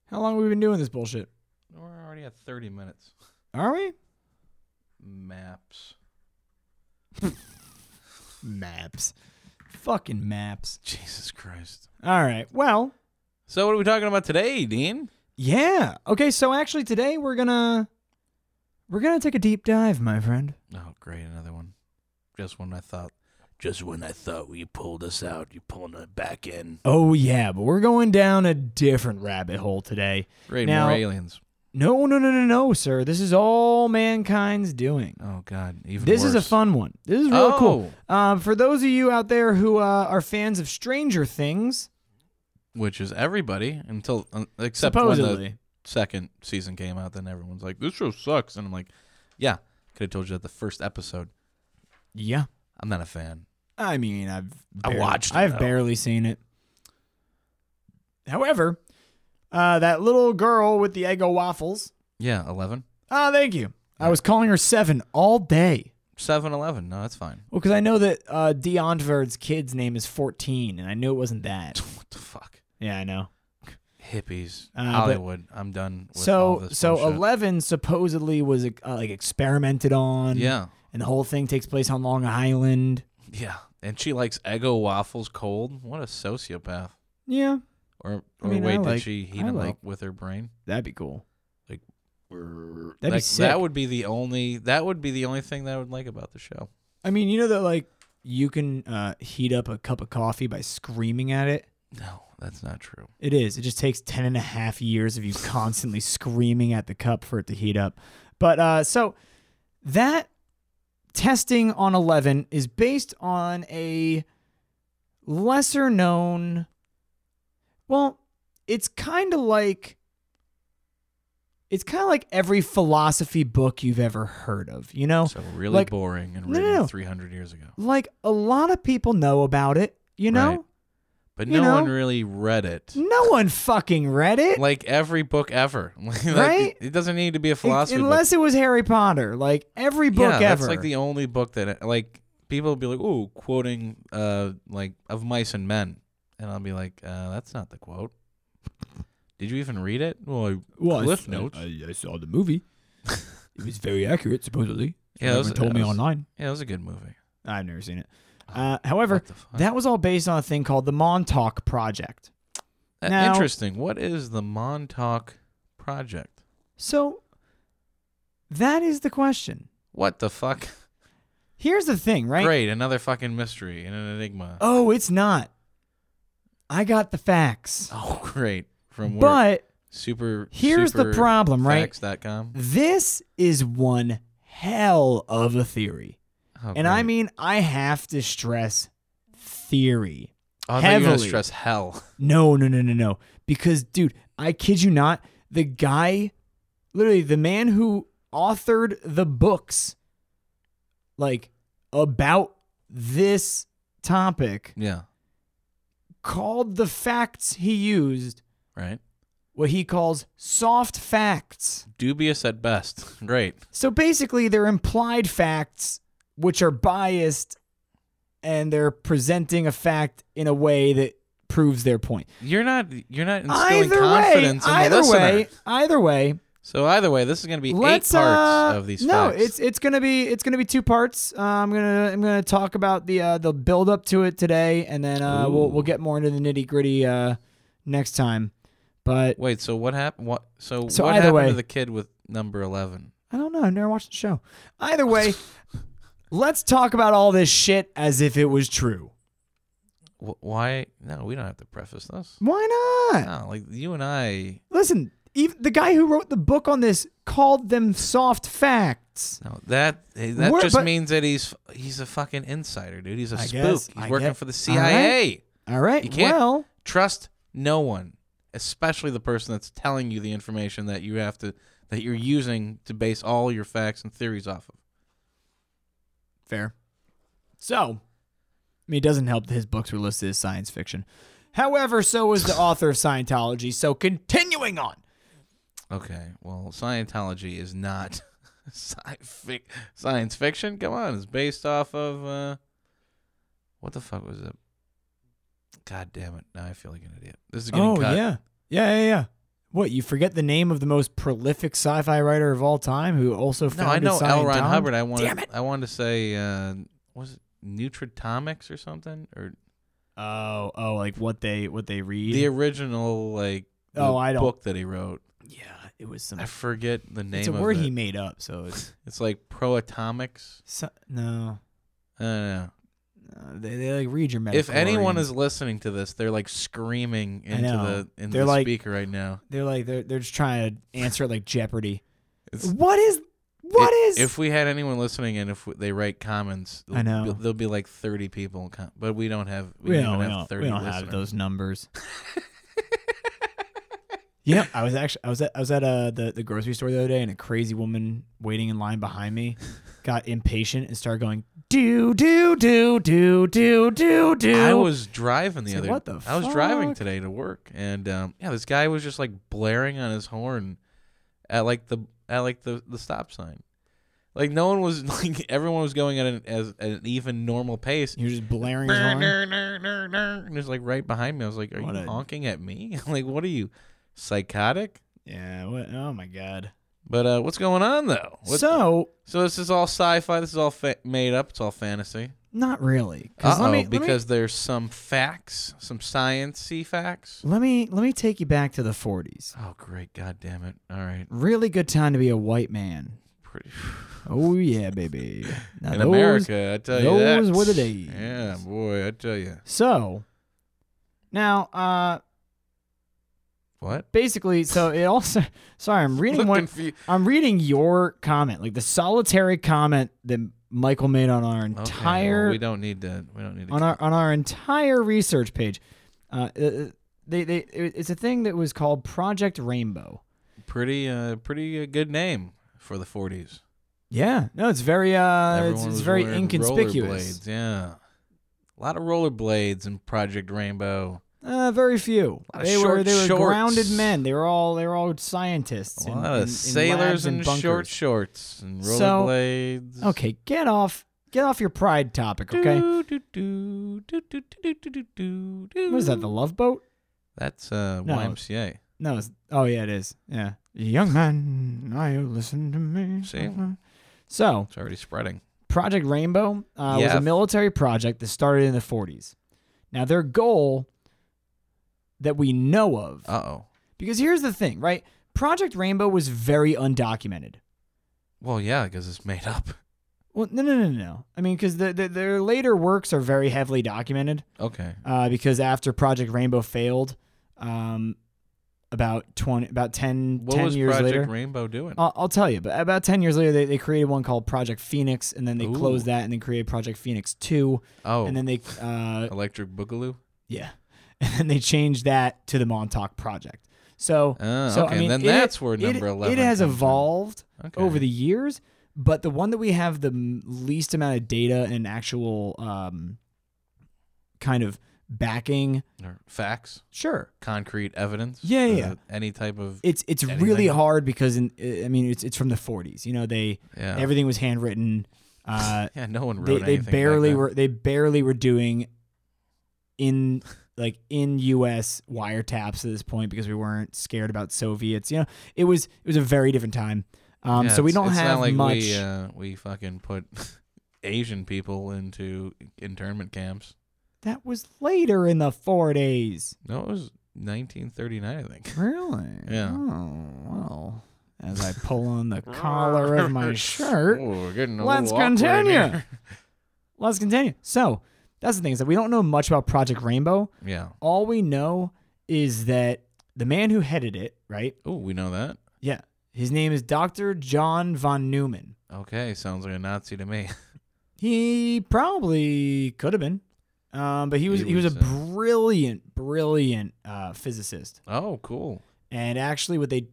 B: how long have we been doing this bullshit?
A: We're already at 30 minutes.
B: Are we?
A: Maps.
B: Maps. Fucking maps.
A: Jesus Christ.
B: All right. Well,
A: So what are we talking about today, Dean?
B: yeah. Okay. So actually, today we're gonna we're gonna take a deep dive, my friend.
A: Oh, great, another one. Just when I thought just when I thought you pulled us out, you pulling it back in.
B: Oh yeah, but we're going down a different rabbit hole today.
A: Great,
B: Now-
A: more aliens.
B: No, no, no, no, no, sir. This is all mankind's doing.
A: Oh God, even
B: This is a
A: worse.
B: fun one. This is real cool.
A: Oh.
B: Um, for those of you out there who uh, are fans of Stranger Things,
A: which is everybody until uh, except when the
B: supposedly,
A: second season came out. Then everyone's like, "This show sucks," and I'm like, "Yeah, could have told you that the first episode."
B: yeah.
A: I'm not a fan.
B: I mean, I've
A: I watched it,
B: I've
A: though.
B: barely seen it. However, uh, that little girl with the Eggo waffles.
A: Yeah, eleven.
B: Ah, thank you. I was calling her Seven all day.
A: 7 11. No, that's fine.
B: Well, because I know that uh, Deontverd's kid's name is 14, and I knew it wasn't that.
A: What the fuck?
B: Yeah, I know.
A: Hippies.
B: Uh, but-
A: Hollywood. I'm done with all
B: So,
A: this
B: so
A: bullshit.
B: 11 supposedly was uh, like experimented on.
A: Yeah.
B: And the whole thing takes place on Long Island.
A: Yeah. And she likes Eggo waffles cold. What a sociopath.
B: Yeah,
A: Or,
B: I
A: or
B: mean, I
A: wait,
B: like-
A: did she heat
B: I
A: him
B: like-
A: up with her brain?
B: that'd be cool.
A: That'd
B: be sick.
A: That would be the only. That would be the only thing that I would like about the show.
B: I mean, you know that like you can uh, heat up a cup of coffee by screaming at it.
A: No, that's not true.
B: It is. It just takes 10 and a half years of you constantly screaming at the cup for it to heat up. But uh, so that testing on 11 is based on a lesser known. Well, it's kind of like. It's kind of like every philosophy book you've ever heard of, you know?
A: So really
B: like-
A: boring and
B: No, no,
A: written
B: no.
A: 300 years ago.
B: Like a lot of people know about it, you know?
A: Right. But
B: You
A: no one
B: know?
A: really read it.
B: No one fucking read it.
A: Like every book ever. Like, that-
B: Right?
A: It doesn't need to be a
B: Un-
A: philosophy book.
B: unless it was Harry Potter, like every book
A: yeah,
B: ever.
A: That's like the only book that like people will be like, "Ooh, quoting uh like of mice and men," and I'll be like, uh, "That's not the quote." Did you even read it? Well, I,
B: well,
A: Cliff Notes.
B: I, I saw the movie. it was very accurate, supposedly.
A: yeah, that was,
B: Everyone told
A: that
B: me
A: was-
B: online.
A: Yeah, it was a good movie.
B: I've never seen it. Uh, however,
A: What the fuck?
B: that was all based on a thing called the Montauk Project.
A: Uh,
B: now-
A: interesting. What is the Montauk Project?
B: So that is the question.
A: What the fuck?
B: Here's the thing, right?
A: Great, another fucking mystery and an enigma.
B: Oh, it's not. I got the facts.
A: Oh, great. From where?
B: but
A: super.
B: here's the problem, right?
A: Facts.com.
B: this is one hell of a theory.
A: Oh,
B: And I
A: great.
B: mean, I have to stress theory.
A: oh, I thought you were gonna
B: heavily.
A: stress hell.
B: No, no, no, no, no. Because, dude, I kid you not, the guy, literally, the man who authored the books, like, about this topic,
A: Yeah.
B: called the facts he used
A: Right.
B: what he calls soft facts.
A: Dubious at best. Great.
B: So basically, they're implied facts which are biased and they're presenting a fact in a way that proves their point.
A: You're not you're not instilling
B: Either way,
A: confidence in the
B: either
A: listener.
B: way, either way,
A: So either way, this is going to be
B: let's
A: eight parts
B: uh,
A: of these
B: no,
A: facts.
B: it's it's gonna be it's gonna be two parts. Uh, I'm gonna I'm gonna talk about the uh, the build up to it today, and then uh, we'll we'll
A: Ooh.
B: get more into the nitty gritty uh, next time. But
A: Wait, so what happened? What so,
B: So
A: what
B: either
A: happened
B: way-
A: to the kid with number eleven?
B: I don't know. I've never watched the show. Either way, let's talk about all this shit as if it was true.
A: Wh- Why? No, we don't have to preface this.
B: Why not?
A: No, like you and I.
B: Listen, even the guy who wrote the book on this called them soft facts.
A: No, that eh, that
B: We're-
A: just
B: but-
A: means that he's he's a fucking insider, dude. He's a
B: I
A: spook.
B: guess-
A: he's
B: I
A: working
B: get-
A: for the
B: all right.
A: CIA.
B: All right.
A: You can't-
B: Well,
A: Trust no one, especially the person that's telling you the information that you have to that you're using to base all your facts and theories off of.
B: fair. So, I mean, it doesn't help that his books were listed as science fiction. However, so was the author of Scientology. So, continuing on.
A: Okay, well, Scientology is not sci- fic- science fiction. Come on, it's based off of uh, what the fuck was it? God damn it! Now I feel like an idiot. This is getting
B: Oh,
A: cut.
B: yeah. Yeah, yeah, yeah. What, you forget the name of the most prolific sci fi writer of all time who also
A: No, I
B: founded
A: know L. Ron
B: Scientology?
A: Hubbard. I wanted,
B: Damn it.
A: I wanted to say, uh, was it Nutritomics or something, or
B: Oh, oh, like what they what they read.
A: the original like the
B: Oh, I don't-
A: book that he wrote?
B: yeah, it was some.
A: I forget the name.
B: It's a
A: of
B: word
A: it.
B: he made up, so it's
A: It's like proatomics.
B: so, no.
A: I don't know.
B: Uh, they, they like read your medical.
A: If anyone
B: organs.
A: is listening to this, they're like screaming into
B: know.
A: the into
B: They're
A: the
B: like-
A: speaker right now.
B: they're like they're they're just trying to answer it like Jeopardy.
A: It's-
B: What is what
A: I-
B: is
A: If we had anyone listening and if w- they write comments,
B: I know.
A: there'll be- there'll be like 30 people, com- but we don't have we,
B: we
A: don't
B: don't,
A: even
B: we
A: have
B: don't,
A: 30
B: we don't
A: listeners.
B: have those numbers. yeah, I was actually I was at I was at uh, the the grocery store the other day, and a crazy woman waiting in line behind me got impatient and started going do do do do do do do.
A: I was driving the
B: It's like,
A: other.
B: what the
A: I was driving
B: fuck?
A: today to work, and um, yeah, this guy was just like blaring on his horn at like the at like the, the stop sign. Like no one was like everyone was going at an as at an even normal pace.
B: you're just blaring his horn.
A: And it was like right behind me. I was like, "Are
B: What
A: you
B: a-
A: honking at me? like, what are you psychotic?"
B: Yeah. What, oh my god.
A: But uh, what's going on though? What-
B: so
A: so this is all sci-fi. This is all fa- made up. It's all fantasy.
B: not really. 'cause let
A: Uh
B: me-
A: oh,
B: let me-
A: because there's some facts, some science-y facts.
B: let me let me take you back to the 40s.
A: Oh, great. God damn it. All right.
B: Really good time to be a white man.
A: Pretty.
B: Oh yeah, baby. Now
A: In
B: those-
A: America, I tell you that.
B: those were the days.
A: Yeah, boy, I tell you.
B: So now, uh,
A: What?
B: basically, so it also. Sorry, I'm reading
A: Look
B: one.
A: confu-
B: I'm reading your comment, like the solitary comment that Michael made on our
A: Okay, well,
B: entire
A: we don't need to. We don't need to.
B: on our on our entire research page. Uh, uh, they they it- it's a thing that was called Project Rainbow.
A: pretty, uh, pretty uh, good name for the 40s.
B: Yeah, no, it's very uh, it's,
A: Everyone
B: it's
A: was
B: very
A: wearing
B: inconspicuous.
A: rollerblades, Yeah. A lot of rollerblades in Project Rainbow.
B: Uh, very few.
A: A lot of
B: They were
A: short
B: they were
A: shorts.
B: grounded men. They were all they were all scientists.
A: A
B: in-
A: lot
B: in-
A: of
B: in labs
A: sailors
B: and
A: in short
B: bunkers.
A: shorts and
B: So-
A: rollerblades.
B: Okay, get off get off your pride topic, okay?
A: Do, do, do, do, do, do, do, do, do, do.
B: What is that, the love boat?
A: That's uh,
B: No.
A: YMCA.
B: No, it's, oh yeah, it is. Yeah. Young man, now you listen to me.
A: See?
B: So,
A: It's already spreading.
B: Project Rainbow uh, was
A: Yeah.
B: a military project that started in the 40s. Now, their goal that we know of,
A: Uh oh.
B: because here's the thing, right? Project Rainbow was very undocumented.
A: Well, yeah, because it's made up.
B: Well, no, no, no, no, no. I mean, because the, the, their later works are very heavily documented.
A: Okay.
B: uh, because after Project Rainbow failed, um, about twenty, about 10,
A: What
B: 10
A: was
B: years
A: Project
B: later. Oh,
A: Rainbow doing?
B: I'll, I'll tell you, but about ten years later, they, they created one called Project Phoenix, and then they closed
A: Ooh.
B: that, and then created Project Phoenix Two,
A: oh,
B: and then they, uh,
A: Electric Boogaloo.
B: yeah, and then they changed that to the Montauk Project. So,
A: Ah,
B: so
A: okay.
B: I mean,
A: then
B: it-
A: that's where
B: it-
A: number eleven.
B: It has
A: comes in.
B: evolved
A: Okay.
B: over the years, but the one that we have the m- least amount of data and actual um, kind of backing,
A: Or facts,
B: sure,
A: concrete evidence.
B: Yeah,
A: uh,
B: yeah.
A: Any type of
B: it's it's really
A: Anything.
B: hard because in, I mean it's it's from the 40s. You know, they
A: yeah.
B: everything was handwritten. Uh,
A: yeah, no one
B: they
A: wrote
B: they
A: anything back
B: barely
A: then.
B: were they barely were doing in like in U.S. wiretaps at this point because we weren't scared about Soviets. You know, it was it was a very different time. Um,
A: Yeah,
B: so we
A: it's-
B: don't
A: it's not
B: have
A: like
B: much.
A: We, uh, we fucking put Asian people into internment camps.
B: that was later in the 40s.
A: No, it was 1939, I think.
B: Really?
A: Yeah.
B: Oh well. As I pull on the collar of my shirt.
A: Oh, we're getting a
B: Let's
A: little awkward in
B: continue.
A: here.
B: Let's continue. So that's the thing is that we don't know much about Project Rainbow.
A: yeah.
B: All we know is that the man who headed it, right?
A: Oh, we know that.
B: Yeah, his name is Doctor John von Neumann.
A: Okay, sounds like a Nazi to me.
B: He probably could have been, um, but he was he,
A: He
B: was,
A: was,
B: a
A: uh,
B: brilliant, brilliant uh, physicist.
A: Oh, cool.
B: And actually, what they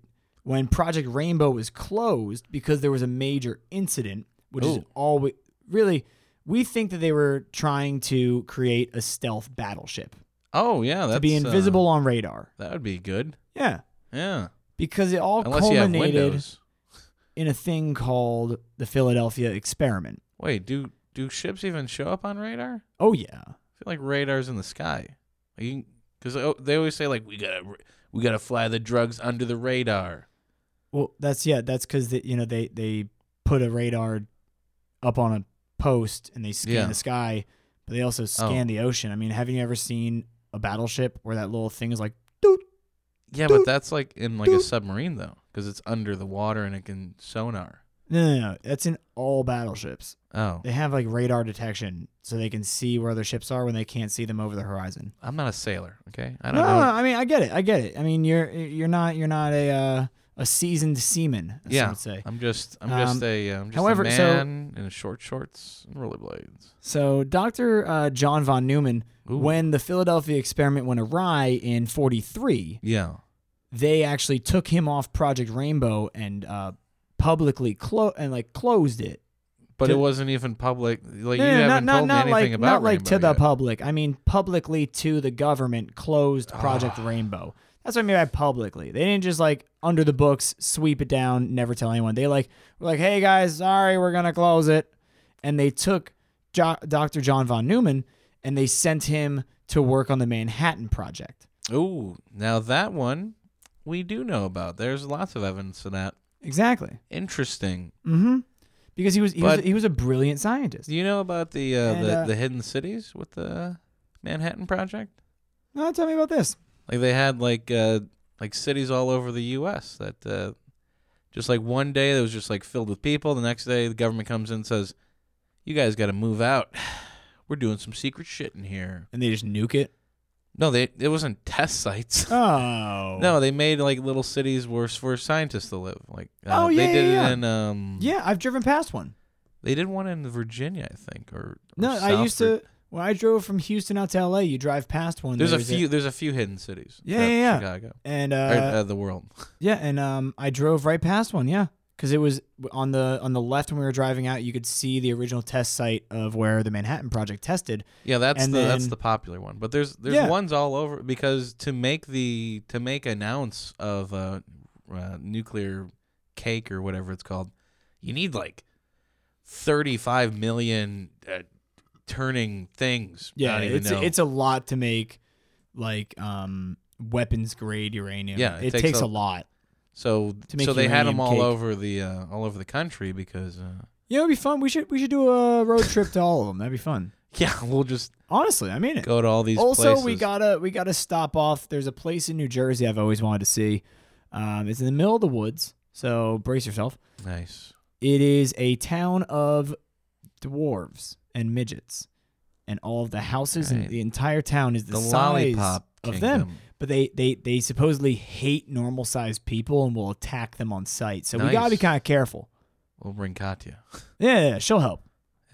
B: when Project Rainbow was closed because there was a major incident, which is
A: Ooh.
B: all we really we think that they were trying to create a stealth battleship.
A: Oh, yeah, that's
B: to be
A: uh,
B: invisible on radar.
A: that would be good.
B: Yeah,
A: Yeah,
B: because it all
A: unless you have
B: culminated
A: windows.
B: in a thing called the Philadelphia experiment.
A: Wait, do do ships even show up on radar?
B: Oh yeah,
A: I feel like radar's in the sky. Because oh, they always say like we gotta r- we gotta fly the drugs under the radar.
B: well that's yeah that's because you know they they put a radar up on a post and they scan
A: Yeah. Oh.
B: the sky, but they also scan the ocean. I mean, have you ever seen a battleship where that little thing is like doot?
A: Yeah,
B: Doot.
A: but that's like in like a
B: Doot.
A: submarine though, because it's under the water and it can sonar.
B: No, no, no. That's in all battleships.
A: Oh,
B: They have like radar detection, so they can see where other ships are when they can't see them over the horizon.
A: I'm not a sailor. Okay, I
B: No,
A: don't
B: no,
A: know.
B: I mean I get it. I get it. I mean you're you're not you're not a uh, a seasoned seaman. As
A: Yeah.
B: Some would say.
A: I'm just, I'm just
B: Um,
A: a, I'm just
B: however,
A: a
B: so-
A: man in short shorts and rollerblades.
B: So Doctor uh, John von Neumann,
A: Ooh.
B: when the Philadelphia experiment went awry in '43,
A: Yeah.
B: they actually took him off Project Rainbow and uh, publicly clo- and like closed it.
A: But
B: To-
A: it wasn't even public. Like
B: No,
A: you
B: no, no,
A: haven't
B: not,
A: told
B: not
A: me anything
B: like,
A: about
B: not like to
A: Rainbow
B: the
A: yet.
B: public. I mean, publicly to the government closed
A: Ah.
B: Project Rainbow. That's what I mean by publicly. They didn't just like under the books sweep it down, never tell anyone. They like were like, "Hey guys, sorry, we're gonna close it," and they took jo- Dr. John von Neumann and they sent him to work on the Manhattan Project.
A: Ooh, now that one we do know about. There's lots of evidence of that.
B: Exactly.
A: Interesting.
B: Mm-hmm. Because he was he,
A: But-
B: was he was a brilliant scientist.
A: Do you know about the uh,
B: And,
A: the,
B: uh,
A: the hidden cities with the Manhattan Project?
B: No, tell me about this.
A: Like they had like uh, like cities all over the U.S. that uh, just like one day that was just like filled with people. The next day the government comes in and says, "You guys got to move out. We're doing some secret shit in here."
B: And they just nuke it.
A: No, they it wasn't test sites.
B: Oh.
A: No, they made like little cities where for scientists to live. Like uh,
B: Oh,
A: they
B: yeah,
A: did
B: yeah,
A: it
B: yeah.
A: in um
B: Yeah, I've driven past one.
A: they did one in Virginia, I think, or, or
B: No, I
A: South
B: used
A: Vir-
B: to when I drove from Houston out to LA. You drive past one.
A: There's a
B: was
A: few there's a few hidden cities.
B: Yeah,
A: throughout
B: yeah, yeah.
A: Chicago.
B: and
A: Or,
B: uh,
A: uh, the world.
B: yeah, and um, I drove right past one. Yeah, because it was on the on the left when we were driving out. You could see the original test site of where the Manhattan Project tested.
A: Yeah, that's the
B: and
A: that's
B: then-
A: the popular one. But there's there's
B: Yeah.
A: ones all over because to make the to make an ounce of uh, uh, nuclear cake or whatever it's called, you need like 35 million uh, turning things. I
B: Yeah,
A: don't even
B: it's
A: know.
B: it's a lot to make, like um, weapons grade uranium.
A: Yeah,
B: it, takes, a, lot.
A: So
B: To make
A: so they had
B: uranium
A: them all
B: cake.
A: over the uh, all over the country because uh,
B: You know, it'd be fun. We should we should do a road trip to all of them. That'd be fun.
A: yeah, we'll just
B: Honestly, I mean it.
A: go to all these
B: also
A: places.
B: we gotta we gotta stop off there's a place in new jersey i've always wanted to see um, it's in the middle of the woods so brace yourself
A: nice.
B: it is a town of dwarves and midgets and all of the houses
A: Right.
B: and the entire town is the,
A: The
B: size
A: lollipop
B: of them
A: kingdom.
B: but they, they they supposedly hate normal sized people and will attack them on sight so we gotta be
A: Nice.
B: kind of careful
A: We'll bring Katya.
B: yeah, yeah, yeah, she'll help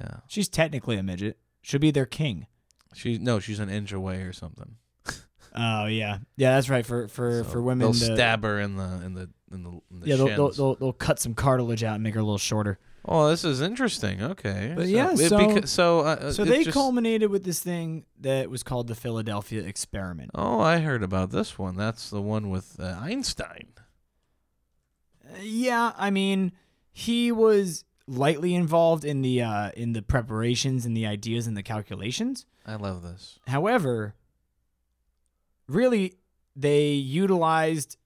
A: Yeah.
B: she's technically a midget she'll be their king
A: She no, she's an inch away or something.
B: oh yeah yeah that's right for for
A: So
B: for women
A: they'll
B: the-
A: stab her in the in the in the, in the
B: yeah, they'll, they'll,
A: shins.
B: they'll, they'll cut some cartilage out and make her a little shorter.
A: oh, this is interesting. Okay,
B: But
A: so
B: yeah,
A: it
B: so-
A: beca- so uh,
B: So
A: it's
B: they
A: just-
B: culminated with this thing that was called the Philadelphia experiment.
A: Oh, I heard about this one. That's the one with uh, Einstein.
B: Uh, yeah, I mean, he was lightly involved in the uh, in the preparations and the ideas and the calculations.
A: I love this.
B: However, really, they utilized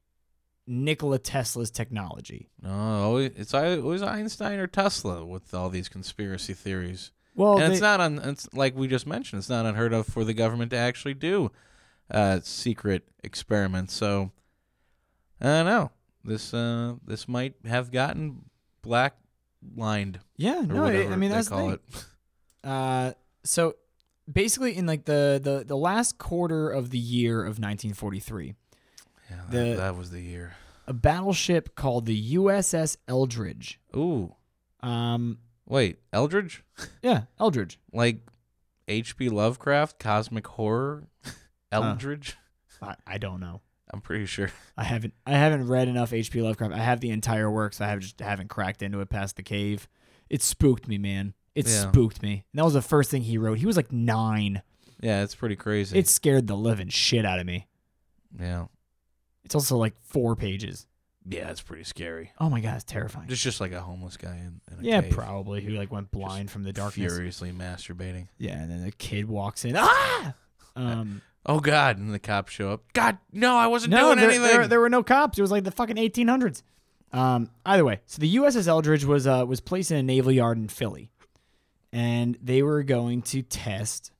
B: Nikola Tesla's technology.
A: No, always- it's either- it was Einstein or Tesla with all these conspiracy theories.
B: Well,
A: and
B: Oh, they-
A: it's not on. It's like we just mentioned. It's not unheard of for the government to actually do uh, secret experiments. So I don't know. This uh, this might have gotten black lined
B: yeah,
A: or
B: no,
A: whatever
B: I mean
A: they
B: that's the
A: call
B: thing.
A: it.
B: Uh, so basically in like the, the the last quarter of the year of 1943
A: Yeah, that,
B: The-
A: that was the year.
B: a battleship called the uss eldridge
A: Ooh,
B: um
A: wait, Eldridge,
B: yeah eldridge
A: like H.P. Lovecraft, cosmic horror, Eldridge.
B: I, I don't know
A: I'm pretty sure.
B: i haven't i haven't read enough hp lovecraft i have the entire works i have just haven't cracked into it past the cave it spooked me man it
A: Yeah.
B: spooked me and that was the first thing he wrote he was like nine
A: Yeah, it's pretty crazy.
B: it scared the living shit out of me
A: yeah,
B: it's also like four pages
A: yeah, it's pretty scary.
B: oh my god it's terrifying
A: It's just like a homeless guy in, in a
B: yeah
A: cave,
B: probably who like went blind from the darkness
A: furiously masturbating.
B: Yeah, and then the kid walks in. Ah! Um,
A: Oh God! And the cops show up. God, no, I wasn't
B: no,
A: doing
B: there,
A: anything.
B: there, there were no cops. It was like the fucking 1800s. Um, either way, so the USS Eldridge was uh, was placed in a naval yard in Philly, and they were going to test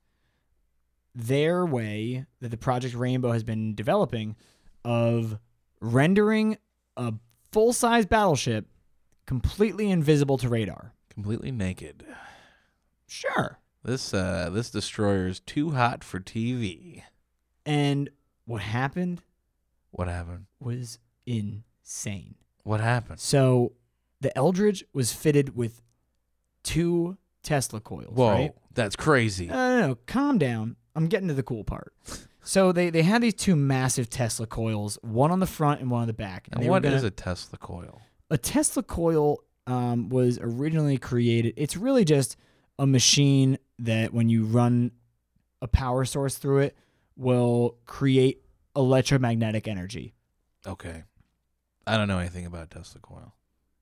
B: their way that the Project Rainbow has been developing of rendering a full size battleship completely invisible to radar.
A: Completely naked.
B: Sure.
A: This uh this destroyer is too hot for TV.
B: And what happened
A: What happened?
B: was insane.
A: What happened?
B: So the Eldridge was fitted with two Tesla coils.
A: Whoa,
B: right?
A: that's crazy.
B: No, no, no, calm down. I'm getting to the cool part. So they, they had these two massive Tesla coils, one on the front and one on the back.
A: and
B: they were
A: what
B: gonna-
A: is a Tesla coil?
B: a Tesla coil um, was originally created. It's really just a machine that when you run a power source through it will create electromagnetic energy.
A: Okay. I don't know anything about Tesla coil.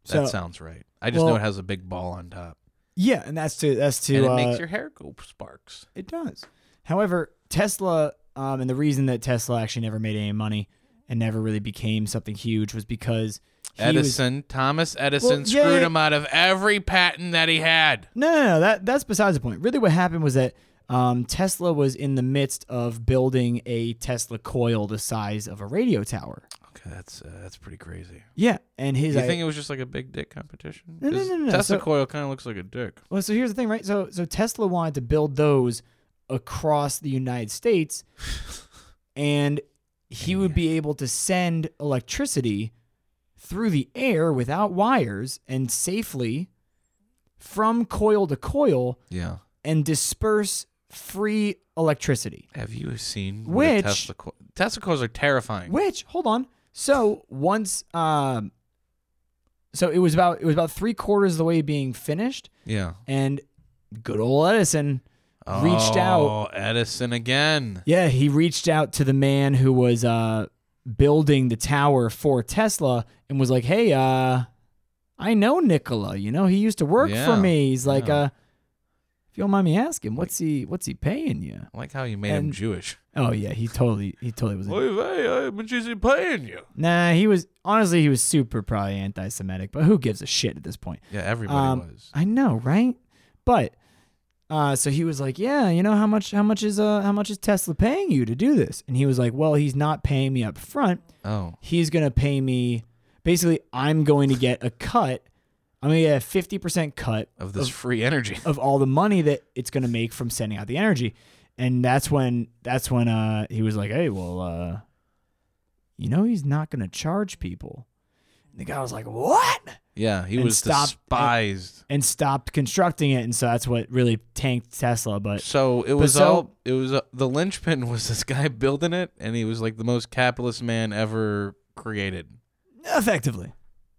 B: So
A: that sounds right. I just know
B: well-
A: it has a big ball on top.
B: yeah, and that's to that's to
A: and it
B: uh,
A: makes your hair go sparks.
B: It does. However, Tesla, um, and the reason that Tesla actually never made any money and never really became something huge was because he was
A: Edison, Thomas Edison
B: Well, yeah,
A: screwed
B: yeah.
A: him out of every patent that he had.
B: No, no, no. That that's besides the point. Really, what happened was that um, Tesla was in the midst of building a Tesla coil the size of a radio tower.
A: Okay, that's uh, that's pretty crazy.
B: Yeah, and his.
A: Do you
B: I-
A: think it was just like a big dick competition?
B: No, no,
A: 'Cause
B: no, no,
A: Tesla
B: so-
A: coil kind of looks like a dick.
B: well, so here's the thing, right? So, so Tesla wanted to build those across the United States, and he would be able to send electricity through the air without wires and safely from coil to coil
A: Yeah.
B: and disperse free electricity.
A: Have you seen what a
B: Which-
A: Tesla coil? Tesla coils are terrifying.
B: Which hold on. So once um so it was about it was about three quarters of the way being finished
A: Yeah.
B: and good old Edison reached out.
A: Oh, Edison again.
B: Yeah, he reached out to the man who was uh building the tower for Tesla and was like, Hey, uh I know Nikola, you know, he used to work for
A: Yeah,
B: me. He's like,
A: yeah.
B: uh if you don't mind me asking, what's he what's he paying you?
A: I like how you made him
B: And-
A: Jewish.
B: Oh yeah, he totally he totally was
A: Oy vey, I've been just paying you.
B: Nah, he was honestly he was super probably anti-Semitic, but who gives a shit at this point?
A: Yeah, everybody
B: Um,
A: was.
B: I know, right? But uh, so he was like, "Yeah, you know how much how much is uh how much is Tesla paying you to do this?" And he was like, "Well, he's not paying me up front.
A: Oh,
B: He's gonna pay me. Basically, I'm going to get a cut. I'm gonna get a fifty percent cut
A: of this free energy.
B: of all the money that it's gonna make from sending out the energy." And that's when that's when uh he was like, "Hey, well, uh, you know, he's not gonna charge people." And the guy was like, "What?"
A: Yeah, he
B: and
A: was
B: stopped-
A: despised.
B: and stopped constructing it, and so that's what really tanked Tesla. But
A: So it was
B: so-
A: all. It was uh, the linchpin was this guy building it, and he was like the most capitalist man ever created.
B: effectively,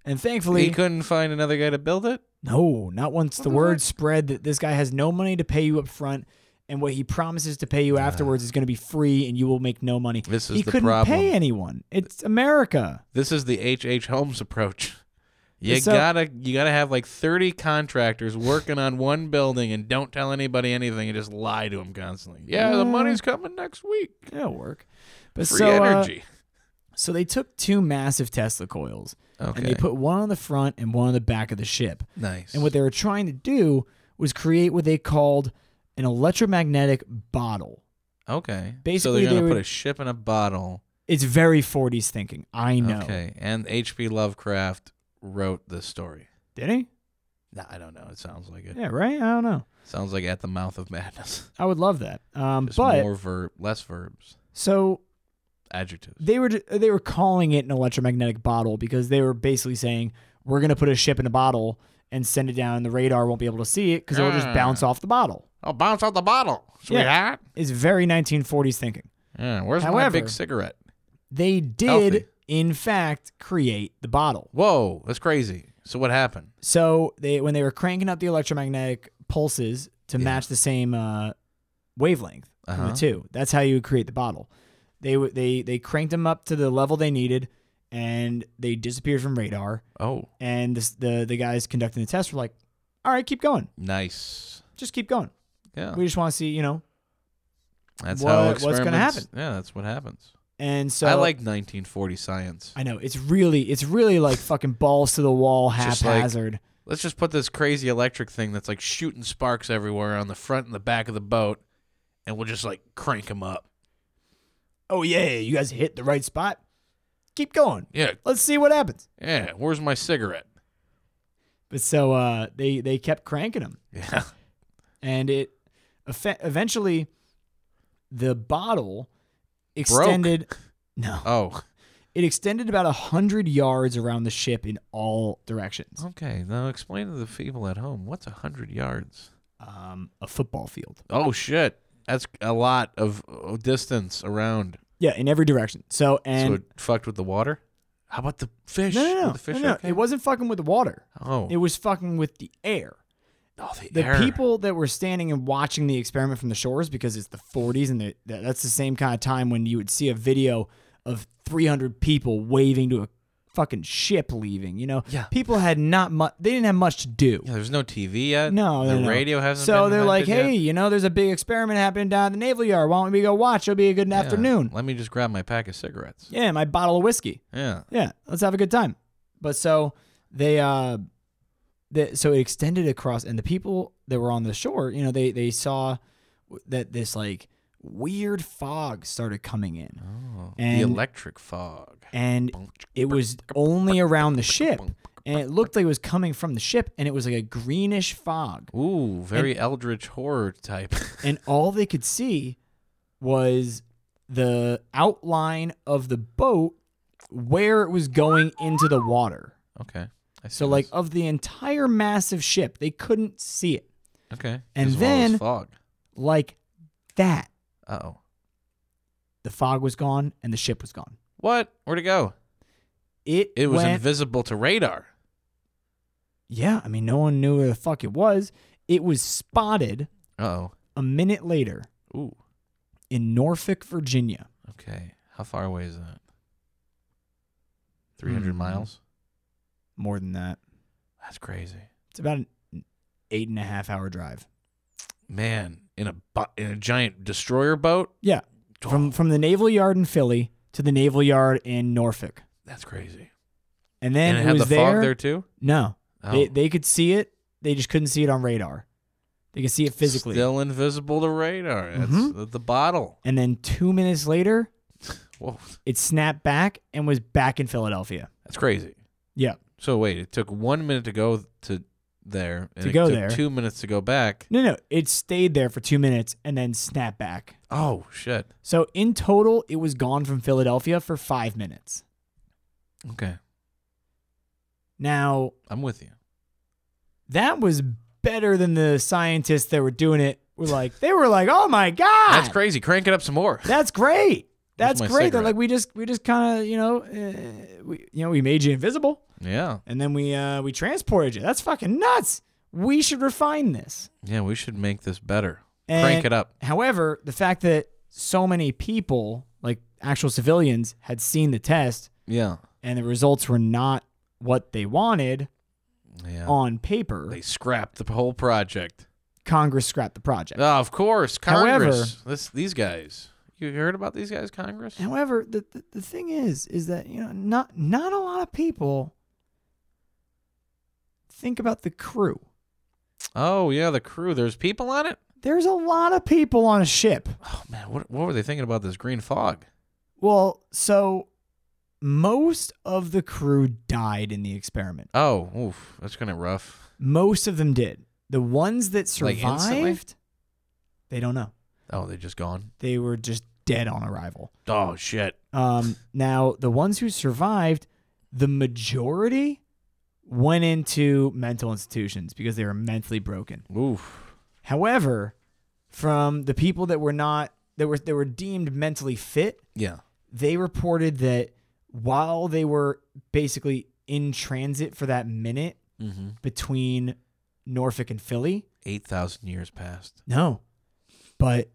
B: and
A: He
B: thankfully,
A: couldn't find another guy to build it.
B: no, not once the word spread that this guy has no money to pay you up front, and what he promises to pay you afterwards is going to be free, and you will make no money.
A: This is
B: he
A: the
B: couldn't
A: problem.
B: pay anyone. It's America.
A: This is the H. H. Holmes approach. You
B: So-
A: gotta you gotta have like thirty contractors working on one building and don't tell anybody anything and just lie to them constantly. Yeah, the
B: Yeah.
A: money's coming next week.
B: It'll work. But
A: Free
B: so, uh,
A: energy.
B: so they took two massive Tesla coils and
A: Okay,
B: they put one on the front and one on the back of the ship.
A: nice.
B: And what they were trying to do was create what they called an electromagnetic bottle.
A: okay, so
B: basically
A: they're
B: they
A: gonna
B: would-
A: put a ship in a bottle.
B: It's very 40s thinking. I know.
A: Okay, and H.P. Lovecraft wrote this story.
B: Did he?
A: Nah, I don't know. It sounds like it.
B: Yeah, right? I don't know.
A: Sounds like at the mouth of madness.
B: I would love that. Um,
A: Just
B: but
A: more verb, less verbs,
B: so
A: adjectives.
B: they were ju- they were calling it an electromagnetic bottle because they were basically saying we're going to put a ship in a bottle and send it down and the radar won't be able to see it cuz it'll just
A: Ah.
B: bounce off the bottle.
A: I'll Oh, bounce out the bottle,
B: Yeah.
A: sweetheart.
B: It's very 1940s thinking.
A: Yeah, where's my
B: However-
A: big cigarette?
B: They did
A: Healthy.
B: in fact create the bottle.
A: Whoa, that's crazy. So what happened?
B: So they when they were cranking up the electromagnetic pulses to
A: Yeah.
B: match the same uh, wavelength from
A: Uh-huh.
B: the two. That's how you would create the bottle. They w- they they cranked them up to the level they needed, and they disappeared from radar.
A: Oh,
B: And this, the the guys conducting the test were like, "All right, keep going,
A: nice.
B: just keep going.
A: Yeah,
B: We just want to see, you know."
A: that's
B: what-
A: how
B: what's gonna
A: experiments-
B: happen?
A: Yeah, that's what happens.
B: And so
A: I like 1940 science.
B: I know it's really it's really like fucking balls to the wall
A: Just like-
B: haphazard.
A: Let's just put this crazy electric thing that's like shooting sparks everywhere on the front and the back of the boat, and we'll just like crank them up.
B: oh yeah, you guys hit the right spot. Keep going.
A: Yeah,
B: Let's see what happens.
A: yeah. Where's my cigarette?
B: But so uh, they they kept cranking them,
A: Yeah.
B: and it effe- eventually the bottle extended. No,
A: Oh.
B: it extended about a hundred yards around the ship in all directions.
A: Okay. Now explain to the people at home what's a hundred yards.
B: Um, a football field.
A: Oh shit. That's a lot of uh, distance around.
B: Yeah, in every direction. So and
A: so it fucked with the water. How about the fish?
B: no, no,
A: Were
B: no,
A: the fish
B: no, no,
A: okay?
B: It wasn't fucking with the water.
A: Oh.
B: It was fucking with the air.
A: oh, the,
B: The
A: air.
B: people that were standing and watching the experiment from the shores because it's the 40s and the, that- that's the same kind of time when you would see a video of 300 people waving to a fucking ship leaving. You know,
A: Yeah.
B: people had not much. They didn't have much to do.
A: Yeah, there's no TV yet.
B: No,
A: the
B: no, no.
A: radio hasn't.
B: So
A: been
B: they're like,
A: invented
B: hey,
A: yet.
B: you know, there's a big experiment happening down at the naval yard. Why don't we go watch? It'll be a good
A: Yeah,
B: afternoon.
A: Let me just grab my pack of cigarettes. Yeah.
B: Yeah, my bottle of whiskey. Yeah, let's have a good time. But so they uh the so it extended across and the people that were on the shore, you know, they they saw w- that this like weird fog started coming in.
A: Oh,
B: And-
A: the electric fog.
B: And it was only around the ship. And it looked like it was coming from the ship and it was like a greenish fog.
A: Ooh, very eldritch horror type.
B: and all they could see was the outline of the boat where it was going into the water.
A: okay. I see
B: So like
A: this.
B: of the entire massive ship, they couldn't see it
A: okay.
B: and
A: Just all this
B: then-
A: fog.
B: like that.
A: Uh oh.
B: The fog was gone and the ship was gone.
A: What? Where'd it go?
B: It
A: It was
B: went,
A: invisible to radar.
B: yeah. I mean, no one knew where the fuck it was. It was spotted
A: Uh
B: a minute later
A: oh. Ooh.
B: in Norfolk, Virginia.
A: Okay. How far away is that? Three hundred
B: Hmm.
A: miles.
B: More than that,
A: That's crazy.
B: it's about an eight and a half hour drive.
A: Man, in a bu- in a giant destroyer boat. Oh,
B: Yeah, from from the naval yard in Philly to the naval yard in Norfolk,
A: That's crazy.
B: and then
A: and it,
B: it
A: had
B: was
A: the
B: there.
A: fog there too.
B: No,
A: Oh.
B: they they could see it. They just couldn't see it on radar. They could see it physically.
A: Oh. still invisible to radar. That's
B: Mhm.
A: the, the bottle.
B: And then two minutes later,
A: Whoa,
B: it snapped back and was back in Philadelphia.
A: that's crazy.
B: Yeah.
A: So wait, it took one minute to go to there, and
B: To
A: it
B: go
A: took
B: there.
A: two minutes to go back.
B: No, no, it stayed there for two minutes and then snapped back.
A: Oh shit.
B: So in total, it was gone from Philadelphia for five minutes.
A: Okay,
B: Now
A: I'm with you.
B: that was better than the scientists that were doing it were like. They were like, "Oh my god,
A: That's crazy. Crank it up some more.
B: That's great. That's
A: my
B: great. They're
A: cigarette.
B: like we just we just kind of you know uh, we you know we made you invisible
A: Yeah,
B: and then we uh we transported you. That's fucking nuts. We should refine this.
A: yeah. We should make this better.
B: And
A: Crank it up.
B: However, the fact that so many people, like actual civilians, had seen the test
A: Yeah,
B: and the results were not what they wanted
A: yeah.
B: on paper,
A: They scrapped the whole project.
B: Congress scrapped the project.
A: Oh, of course,
B: However-
A: Congress. this these guys. You heard about these guys, Congress?
B: However, the, the the thing is, is that you know, not not a lot of people think about the crew.
A: Oh yeah, the crew. There's people on it.
B: There's a lot of people on a ship.
A: Oh man, what what were they thinking about this green fog?
B: Well, so most of the crew died in the experiment.
A: Oh, oof, that's kind of rough.
B: Most of them did. The ones that
A: Like
B: survived,
A: instantly?
B: they don't know.
A: Oh, they just gone.
B: They were just dead on arrival.
A: Oh shit.
B: Um, now, the ones who survived, the majority went into mental institutions because they were mentally broken.
A: Oof.
B: However, from the people that were not that were that were deemed mentally fit,
A: Yeah.
B: they reported that while they were basically in transit for that minute
A: Mm-hmm.
B: between Norfolk and Philly,
A: Eight thousand years passed.
B: no, but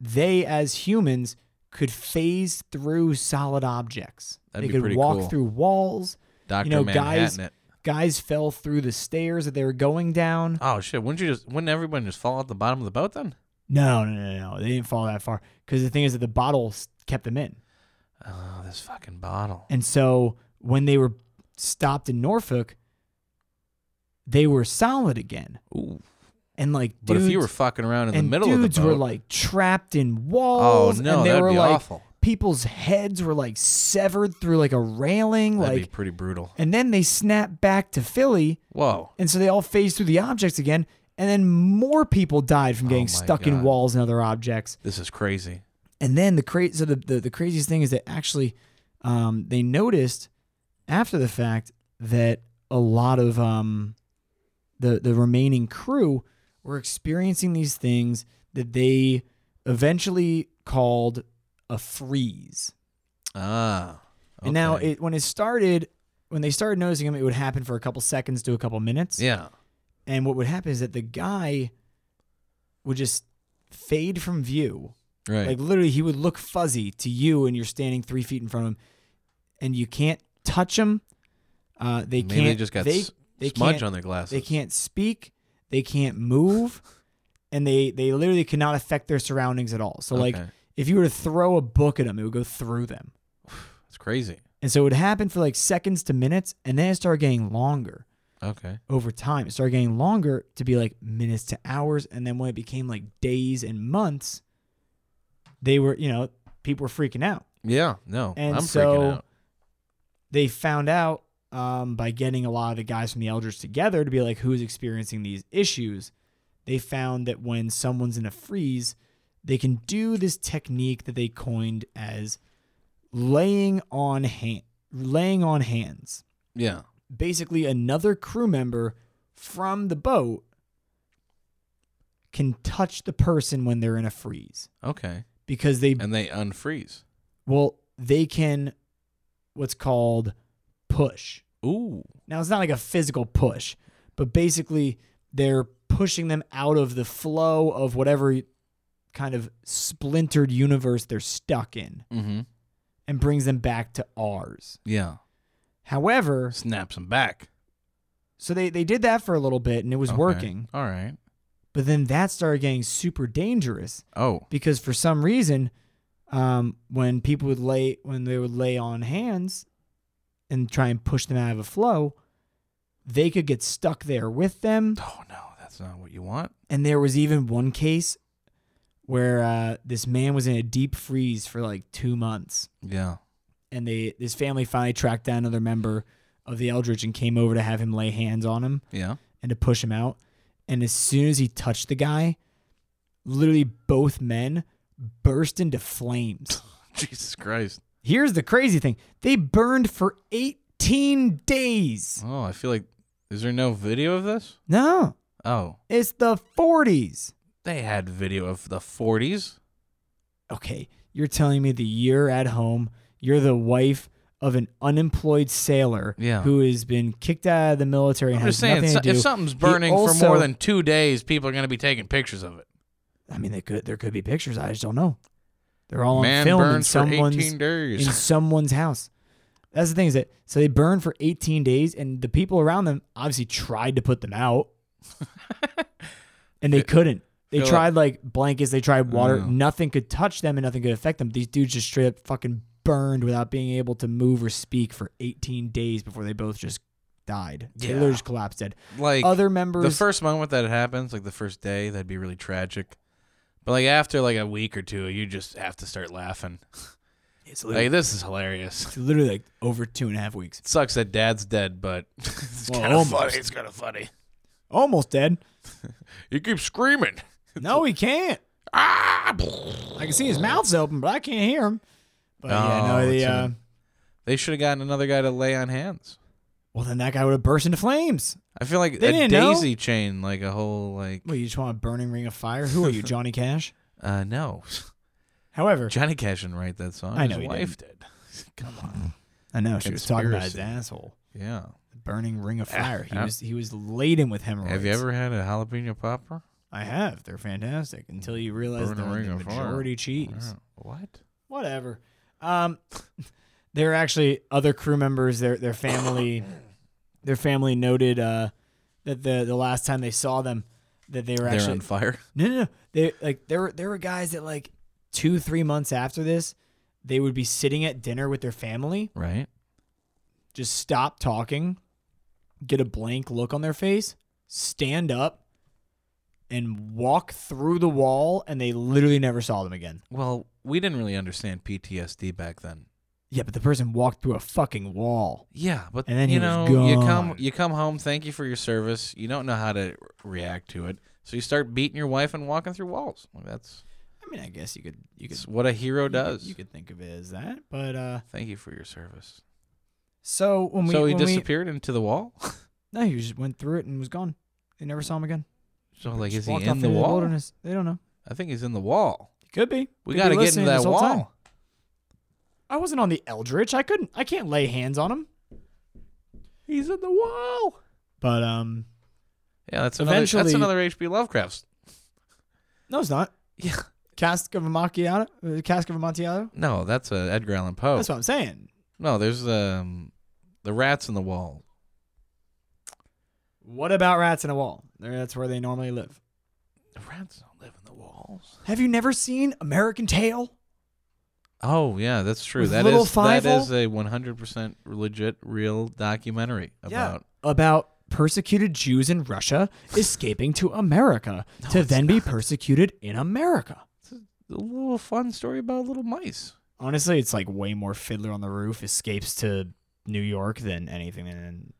B: they as humans could phase through solid objects.
A: That'd
B: they
A: be
B: could
A: pretty
B: walk
A: cool.
B: through walls.
A: Doctor
B: know, guys-
A: Manhattan. it.
B: Guys fell through the stairs that they were going down.
A: Oh shit! Wouldn't you just? Wouldn't everyone just fall out the bottom of the boat then?
B: No, no, no, no. They didn't fall that far because the thing is that the bottle s- kept them in.
A: Oh, this fucking bottle.
B: And so when they were stopped in Norfolk, they were solid again.
A: Ooh.
B: And like,
A: But
B: dudes,
A: if you were fucking around in the
B: and
A: middle of the
B: dudes
A: boat,
B: were like trapped in
A: oh
B: walls.
A: no,
B: and they
A: that'd
B: were
A: be
B: like,
A: awful.
B: people's heads were like severed through like a railing,
A: That'd be
B: like,
A: pretty brutal.
B: and then they snapped back to Philly,
A: Whoa.
B: and so they all phased through the objects again, and then more people died from getting
A: Oh my
B: stuck
A: God.
B: in walls and other objects.
A: This is crazy.
B: And then the cra- so the, the the craziest thing is that actually, um, they noticed after the fact that a lot of um, the the remaining crew were experiencing these things that they eventually called a freeze.
A: Ah.
B: And now
A: okay.
B: it when it started when they started noticing them, it would happen for a couple seconds to a couple minutes.
A: Yeah.
B: And what would happen is that the guy would just fade from view.
A: Right.
B: Like literally, he would look fuzzy to you, and you're standing three feet in front of him, and you can't touch him. Uh, they
A: Maybe
B: can't.
A: they just got
B: they,
A: s-
B: they
A: smudge
B: can't,
A: on their glasses.
B: They can't speak. They can't move, and they they literally cannot affect their surroundings at all. So like,
A: Okay.
B: if you were to throw a book at them, it would go through them.
A: It's crazy.
B: And so it would happen for like seconds to minutes, and then it started getting longer
A: Okay.
B: over time. It started getting longer to be like minutes to hours. And then when it became like days and months, they were, you know, people were freaking out.
A: Yeah. No.
B: And
A: I'm
B: so-
A: freaking out.
B: They found out um, by getting a lot of the guys from the elders together to be like, who's experiencing these issues? They found that when someone's in a freeze, they can do this technique that they coined as laying on hand, laying on hands.
A: Yeah.
B: basically another crew member from the boat can touch the person when they're in a freeze
A: Okay.
B: because they
A: And they unfreeze.
B: well they can what's called push
A: Ooh.
B: now it's not like a physical push but basically they're pushing them out of the flow of whatever kind of splintered universe they're stuck in
A: Mm-hmm.
B: and brings them back to ours
A: Yeah.
B: however
A: Snaps them back.
B: so they, they did that for a little bit and it was
A: Okay.
B: working
A: All right.
B: But then that started getting super dangerous
A: Oh.
B: because for some reason, um, when people would lay when they would lay on hands and try and push them out of a flow, they could get stuck there with them.
A: Oh no, that's not what you want.
B: And there was even one case where uh, this man was in a deep freeze for like two months,
A: Yeah.
B: and they this family finally tracked down another member of the Eldritch and came over to have him lay hands on him
A: Yeah.
B: and to push him out. And as soon as he touched the guy, literally both men burst into flames.
A: Jesus Christ.
B: Here's the crazy thing they burned for 18 days.
A: Oh, I feel like is there no video of this?
B: No,
A: Oh.
B: it's the 40s.
A: They had video of the 40s.
B: Okay, you're telling me that you're at home, you're the wife of an unemployed sailor
A: Yeah.
B: who has been kicked out of the military and
A: I'm
B: has
A: just saying,
B: nothing
A: so-
B: to do.
A: if something's burning for
B: also-
A: more than two days, people are going to be taking pictures of it.
B: I mean, they could, there could be pictures. I just don't know. They're all on
A: Man
B: film in
A: burns for
B: someone's
A: 18 days.
B: in someone's house. That's the thing is that so they burn for 18 days, and the people around them obviously tried to put them out, and they couldn't. They
A: Feel-
B: tried like blankets, they tried water,
A: Yeah.
B: nothing could touch them, and nothing could affect them. These dudes just straight up fucking burned without being able to move or speak for 18 days before they both just died. They literally
A: Yeah.
B: just collapsed dead.
A: like
B: Other
A: the
B: members,
A: first moment that it happens, like the first day, that'd be really tragic. But like after like a week or two, you just have to start laughing.
B: it's,
A: Like
B: literally,
A: this is hilarious.
B: it's literally like over two and a half weeks,
A: It sucks that dad's dead, but it's
B: Well,
A: kind of funny.
B: almost.
A: It's kind of funny.
B: almost dead.
A: You keep screaming.
B: No, he can't.
A: Ah!
B: I can see his mouth's open, but I can't hear him. But yeah,
A: Oh,
B: no,
A: it's
B: the
A: in
B: uh,
A: They should have gotten another guy to lay on hands.
B: well, then that guy would have burst into flames.
A: I feel like
B: They
A: a
B: didn't know.
A: daisy chain, like a whole like.
B: Well, you just want a burning ring of fire? Who are you, Johnny Cash?
A: Uh, no,
B: However,
A: Johnny Cash didn't write that song.
B: I know he
A: his wife did. Come on.
B: I know she was talking about his
A: Conspiracy.
B: asshole.
A: Yeah.
B: The burning ring of fire. He
A: ah.
B: was he was laden with hemorrhoids.
A: Have you ever had a jalapeno popper?
B: I have. They're fantastic until you realize
A: Burning
B: they're
A: ring
B: the
A: of fire.
B: majority cheese.
A: Yeah. What?
B: Whatever. Um, there are actually other crew members. Their their family, their family noted uh, that the the last time they saw them, that they were
A: They're
B: actually
A: on fire.
B: No, no, no. They like there were there were guys that like two, three months after this, they would be sitting at dinner with their family,
A: Right.
B: just stop talking, get a blank look on their face, stand up, and walk through the wall, and they literally never saw them again.
A: Well, we didn't really understand PTSD back then.
B: Yeah, but the person walked through a fucking wall.
A: Yeah, but
B: And then he
A: you know,
B: was
A: you
B: gone.
A: come you come home, thank you for your service. You don't know how to re- react to it. So you start beating your wife and walking through walls. Like, that's,
B: I mean, I guess you could you could
A: that's what a hero
B: you
A: does.
B: Could, you could think of it as that, but uh,
A: Thank you for your service.
B: so when we
A: so he
B: when we-
A: disappeared into the wall.
B: no, he just went through it and was gone. They never saw him again.
A: so like,
B: Just
A: is he
B: walked off
A: in the
B: into
A: wall?
B: wilderness. They don't know.
A: I think he's in the wall.
B: He could be.
A: We
B: Could be
A: got to get into
B: listening this
A: that
B: whole
A: wall.
B: time. I wasn't on the Eldritch. I couldn't. I can't lay hands on him.
A: He's in the wall.
B: But um,
A: Yeah, that's another, that's
B: Eventually-
A: another H.P. Lovecraft's.
B: no, it's not.
A: Yeah.
B: Cask of Amontillado. Uh, Cask of Amontillado.
A: No, that's a Edgar Allan Poe.
B: That's what I'm saying.
A: no, there's um, the rats in the wall.
B: What about rats in a wall? There- That's where they normally live.
A: The rats don't live in the walls.
B: Have you never seen American Tail?
A: Oh yeah, that's true.
B: With
A: That
B: Little
A: is that
B: Fievel?
A: is a 100% legit real documentary
B: Yeah.
A: about.
B: about persecuted Jews in Russia escaping to America to
A: it's
B: then be persecuted in America.
A: A little fun story about little mice.
B: Honestly, it's like way more Fiddler on the Roof escapes to New York than anything. And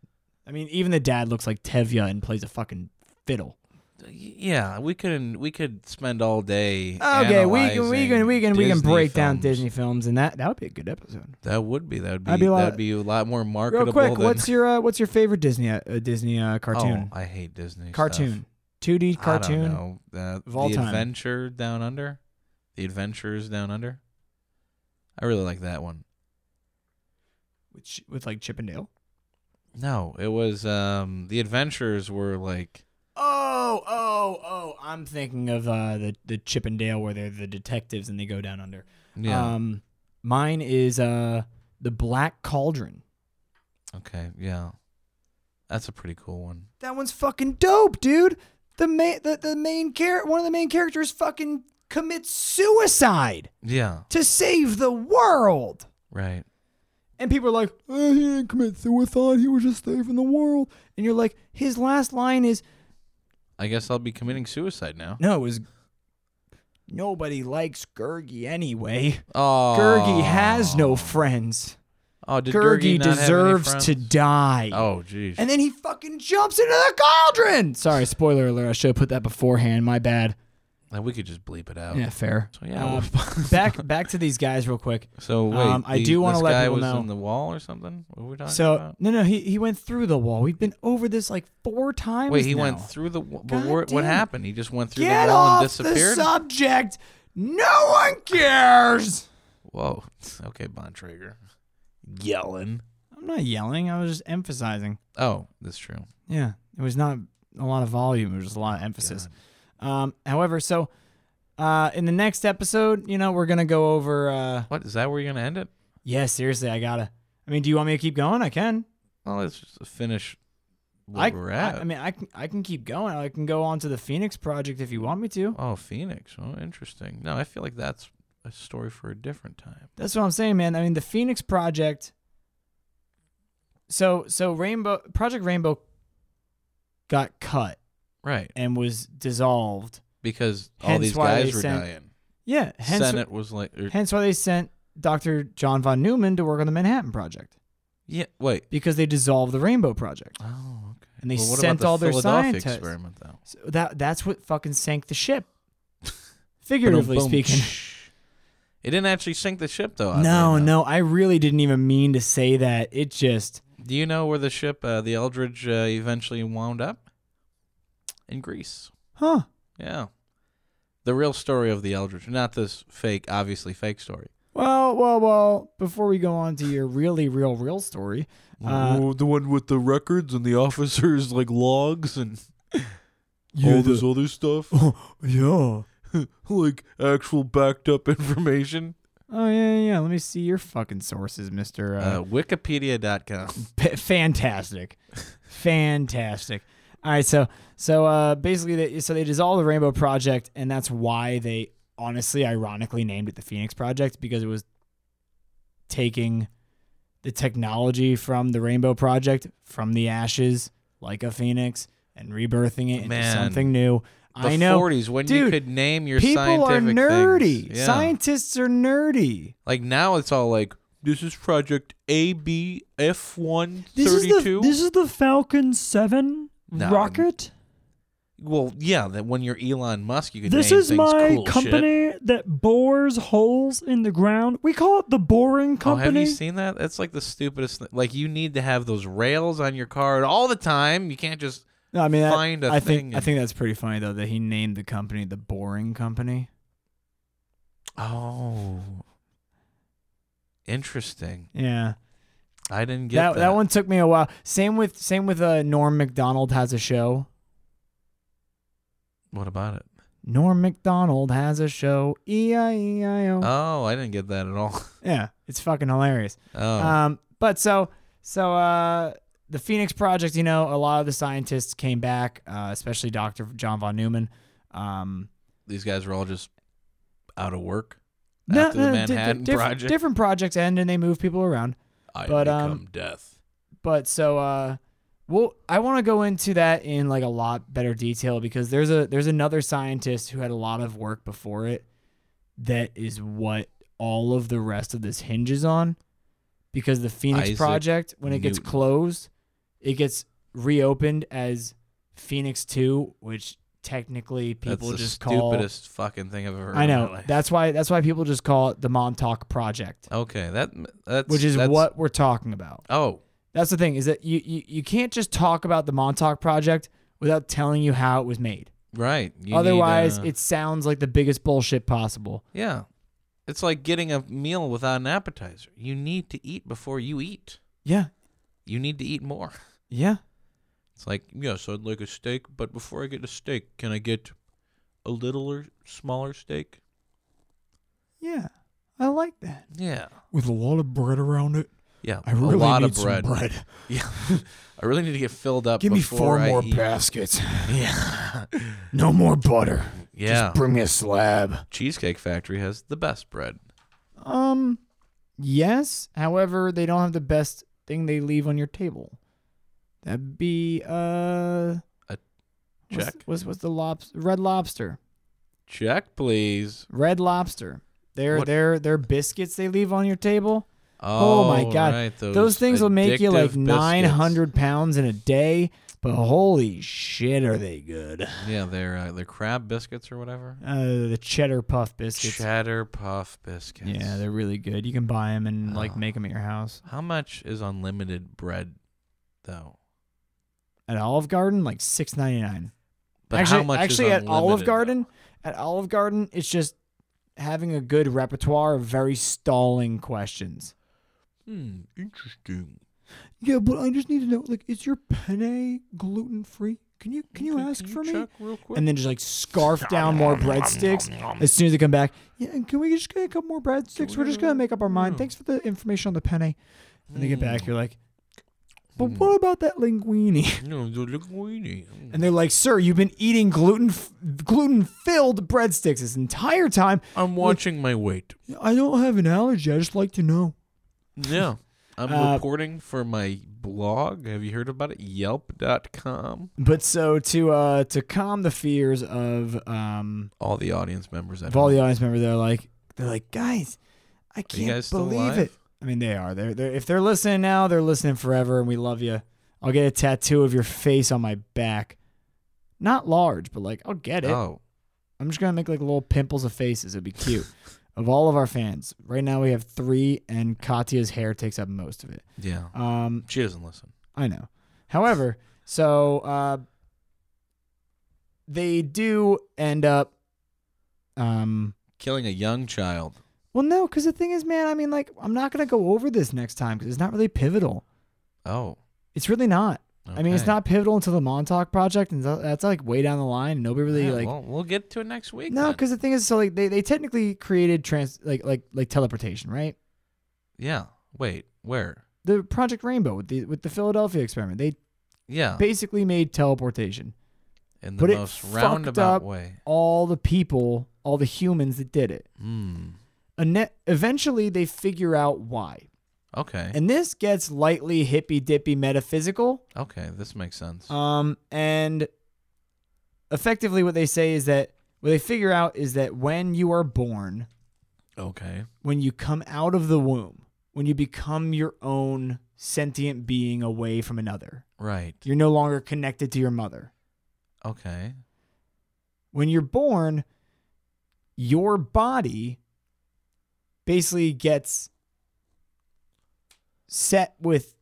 B: I mean, even the dad looks like Tevya and plays a fucking fiddle.
A: Y- Yeah, we could we could spend all day.
B: Okay, we can we
A: analyzing
B: can we can we can
A: Disney
B: break down
A: films.
B: Disney films, and that that would be a good episode.
A: That would be that would be,
B: I'd be like-
A: that'd be a lot more marketable.
B: Real quick,
A: than,
B: what's your uh, what's your favorite Disney uh, uh, Disney uh, cartoon?
A: Oh, I hate Disney.
B: cartoon, two D
A: Stuff.
B: cartoon.
A: I don't know. Uh,
B: of all
A: the
B: time.
A: Adventure Down Under. The Adventures Down Under. I really like that one.
B: Which with like Chippendale.
A: No, it was um the adventures were like
B: Oh, oh, oh! I'm thinking of uh, the the Chippendale where they're the detectives and they go down under.
A: yeah
B: Um, mine is uh the Black Cauldron. Uh,
A: okay yeah that's a pretty cool one.
B: That one's fucking dope, dude. The main the, the main character one of the main characters fucking commits suicide
A: Yeah
B: to save the world.
A: right
B: And people are like, oh, he didn't commit suicide. He was just saving the world. And you're like, his last line is,
A: I guess I'll be committing suicide now.
B: no, it was, nobody likes Gurgi anyway.
A: Oh
B: Gurgi has no friends.
A: oh did Gurgi
B: Gurgi
A: not have any
B: deserves to
A: friends?
B: die.
A: oh jeez
B: And then he fucking jumps into the cauldron. Sorry, spoiler alert. I should have put that beforehand. My bad.
A: Like, we could just bleep it out
B: Yeah, fair.
A: Oh. so yeah
B: Uh,
A: we'll-
B: back back to these guys real quick.
A: so wait
B: um, I
A: the-
B: do wanna
A: this
B: let
A: guy
B: people
A: was
B: know-
A: in the wall or something what were we talking
B: So
A: about
B: no, no, he he went through the wall. We've been over this like four times.
A: wait he
B: now.
A: went through the wa- but
B: God
A: what,
B: damn
A: what
B: it.
A: happened he just went through
B: Get
A: the wall
B: off
A: and disappeared
B: the subject. No one cares.
A: whoa okay Bon Traeger yelling
B: I'm not yelling. I was just emphasizing.
A: oh that's true
B: Yeah, it was not a lot of volume. It was just a lot of emphasis. Um, however, so uh, in the next episode, you know, we're gonna go over. Uh,
A: What is that? Where you're gonna end it?
B: yeah, seriously, I gotta. I mean, do you want me to keep going? I can.
A: Well, let's just finish where
B: I,
A: we're
B: I,
A: at.
B: I mean, I can. I can keep going. I can go on to the Phoenix Project if you want me to.
A: oh, Phoenix. Oh, interesting. No, I feel like that's a story for a different time.
B: That's what I'm saying, man. I mean, the Phoenix Project. So so Rainbow Project Rainbow got cut
A: Right,
B: and was dissolved.
A: because all
B: Hence
A: these
B: why
A: guys
B: they
A: were
B: sent-
A: dying.
B: Yeah, hence
A: Senate was like, er,
B: hence why they sent Dr. John von Neumann to work on the Manhattan Project
A: yeah, wait.
B: because they dissolved the Rainbow Project.
A: Oh, okay.
B: And they
A: Well, what about
B: sent
A: the
B: all their
A: Philadelphia
B: scientists.
A: experiment though.
B: So that that's what fucking sank the ship. Figuratively
A: Boom, boom,
B: speaking.
A: shh. It didn't actually sink the ship though. oddly
B: No,
A: enough.
B: no, I really didn't even mean to say that. It just
A: Do you know where the ship, uh, the Eldridge, uh, eventually wound up? In Greece.
B: huh.
A: Yeah. The real story of the Eldridge, not this fake, obviously fake story.
B: Well, well, well, before we go on to your really real real story, Uh,
A: oh, the one with the records and the officers like logs and all this other stuff,
B: yeah.
A: like actual backed up information.
B: Oh yeah, yeah, yeah. Let me see your fucking sources, Mister.
A: Uh,
B: Uh,
A: Wikipedia.com.
B: p- fantastic, fantastic. All right, so so uh, basically, they, so they dissolved the Rainbow Project, and that's why they honestly, ironically, named it the Phoenix Project because it was taking the technology from the Rainbow Project from the ashes, like a phoenix, and rebirthing it into
A: Man.
B: something new.
A: The
B: I know.
A: 40s when you
B: Dude,
A: could name your
B: People are
A: scientific
B: nerdy.
A: things. Yeah.
B: Scientists are nerdy.
A: Like now it's all like this is project ABF132.
C: This is the this is the Falcon Seven
A: No,
C: rocket.
A: well, yeah, that when you're Elon Musk, you can
C: This
A: name
C: is
A: things
C: my
A: cool shit.
C: company that bores holes in the ground. We call it the Boring
A: Oh, have
C: Company.
A: you seen that? That's like the stupidest. Thing. Like you need to have those rails on your car all the time. You can't just
B: No, I mean, I-
A: Find a
B: I
A: thing
B: think I
A: and-
B: think that's pretty funny though that he named the company the Boring Company.
A: oh. Interesting.
B: Yeah,
A: I didn't get
B: that,
A: that.
B: that one took me a while. Same with same with uh, Norm Macdonald has a show.
A: What about it?
B: Norm Macdonald has a show. E I E I O.
A: Oh, I didn't get that at all.
B: Yeah, it's fucking hilarious.
A: Oh,
B: Um, but so so uh, the Phoenix Project, you know, a lot of the scientists came back, uh, especially Doctor John von Neumann. Um,
A: these guys were all just out of work
B: no,
A: after the
B: no, di- di-
A: Manhattan
B: diff-
A: Project.
B: Different projects end and they move people around.
A: I
B: but,
A: become
B: um,
A: death.
B: But so uh well I want to go into that in like a lot better detail because there's a there's another scientist who had a lot of work before it that is what all of the rest of this hinges on because the Phoenix
A: Isaac
B: project when it gets
A: Newton.
B: closed it gets reopened as Phoenix 2 which technically people
A: That's the
B: just call
A: stupidest fucking thing I've ever. Heard
B: I
A: in my
B: know
A: life.
B: that's why that's why people just call it the Montauk project
A: okay. That that's
B: which is
A: that's-
B: what we're talking about
A: Oh,
B: That's the thing is that you, you you can't just talk about the Montauk project without telling you how it was made.
A: right. You need,
B: Otherwise,
A: uh,
B: it sounds like the biggest bullshit possible.
A: yeah. It's like getting a meal without an appetizer. You need to eat before you eat.
B: Yeah.
A: You need to eat more.
B: Yeah.
A: It's like yes, I'd like a steak, but before I get a steak, can I get a littler, smaller steak?
B: Yeah. I like that.
A: Yeah.
C: With a lot of bread around it.
A: Yeah, a lot of bread. Yeah, I really need to get filled up. before I eat.
B: baskets.
A: Yeah,
B: No more butter.
A: yeah.
B: bring me a slab.
A: Cheesecake Factory has the best bread.
B: Um yes, however, they don't have the best thing they leave on your table. That'd be uh what's-
A: Check.
B: What's what's the lobster? Red lobster.
A: Check, please.
B: Red Lobster. They're
A: What-
B: they're they're biscuits they leave on your table.
A: Oh,
B: my God.
A: right, those,
B: Those, things will make you
A: addictive
B: like
A: biscuits.
B: nine hundred pounds in a day. But holy shit, are they good?
A: Yeah, they're uh, they're crab biscuits or whatever.
B: Uh, the cheddar puff biscuits.
A: Cheddar puff biscuits.
B: Yeah, they're really good. You can buy them and like
A: Oh.
B: make them at your house.
A: How much is unlimited bread, though?
B: At Olive Garden, like six ninety nine.
A: But
B: actually,
A: how much? is
B: actually at Olive
A: unlimited, though?
B: Garden, at Olive Garden, it's just having a good repertoire of very stalling questions.
A: Hmm, interesting.
C: Yeah, but I just need to know, like, is your penne gluten free? Can you can you
A: Okay,
C: ask
A: can
C: for me?
A: check real quick?
B: and then just like scarf down more breadsticks as soon as they come back. Yeah, and can we just get a couple more breadsticks? We're just gonna make up our mind. Thanks for the information on the penne. And they get
A: Mm.
B: back, you're like, but what about that linguine?
A: No, they're linguine. Mm.
B: And they're like, sir, you've been eating gluten f- gluten filled breadsticks this entire time.
A: I'm watching my weight.
C: I don't have an allergy. I just like to know.
A: Yeah. I'm
B: Uh,
A: reporting for my blog. Have you heard about it? Yelp.com.
B: But so to uh to calm the fears of um
A: All the audience members. at
B: of all the
A: home.
B: audience members, they're like they're like, guys, I
A: Are you
B: can't
A: guys still
B: believe
A: alive?
B: it. I mean, they are. They're, they're if they're listening now, they're listening forever, and we love you. I'll get a tattoo of your face on my back, not large, but like I'll get it.
A: Oh,
B: I'm just gonna make like little pimples of faces. It'd be cute. of all of our fans, right now we have three, and Katya's hair takes up most of it.
A: yeah.
B: Um,
A: She doesn't listen.
B: I know. However, so uh, they do end up. Um,
A: Killing a young child.
B: well, no, because the thing is, man, I mean, like, I'm not gonna go over this next time because it's not really pivotal.
A: Oh.
B: It's really not. I mean, it's
A: okay.
B: not pivotal until the Montauk project, and tha- that's like way down the line. Nobody really
A: Yeah,
B: like
A: well, we'll get to it next week.
B: no,
A: then.
B: because the thing is, so like they, they technically created trans like like like teleportation, right?
A: Yeah. Wait. Where?
B: The Project Rainbow with the with the Philadelphia experiment, they
A: Yeah.
B: basically made teleportation.
A: In the
B: but it
A: most
B: fucked
A: roundabout
B: up-
A: way.
B: All the people, all the humans that did it.
A: Hmm.
B: Ene- Eventually, they figure out why,
A: Okay.
B: and this gets lightly hippy dippy metaphysical.
A: okay. This makes sense.
B: Um, and effectively what they say is that what they figure out is that when you are born,
A: Okay.
B: when you come out of the womb, when you become your own sentient being away from another,
A: Right.
B: you're no longer connected to your mother.
A: Okay.
B: When you're born, your body basically gets set with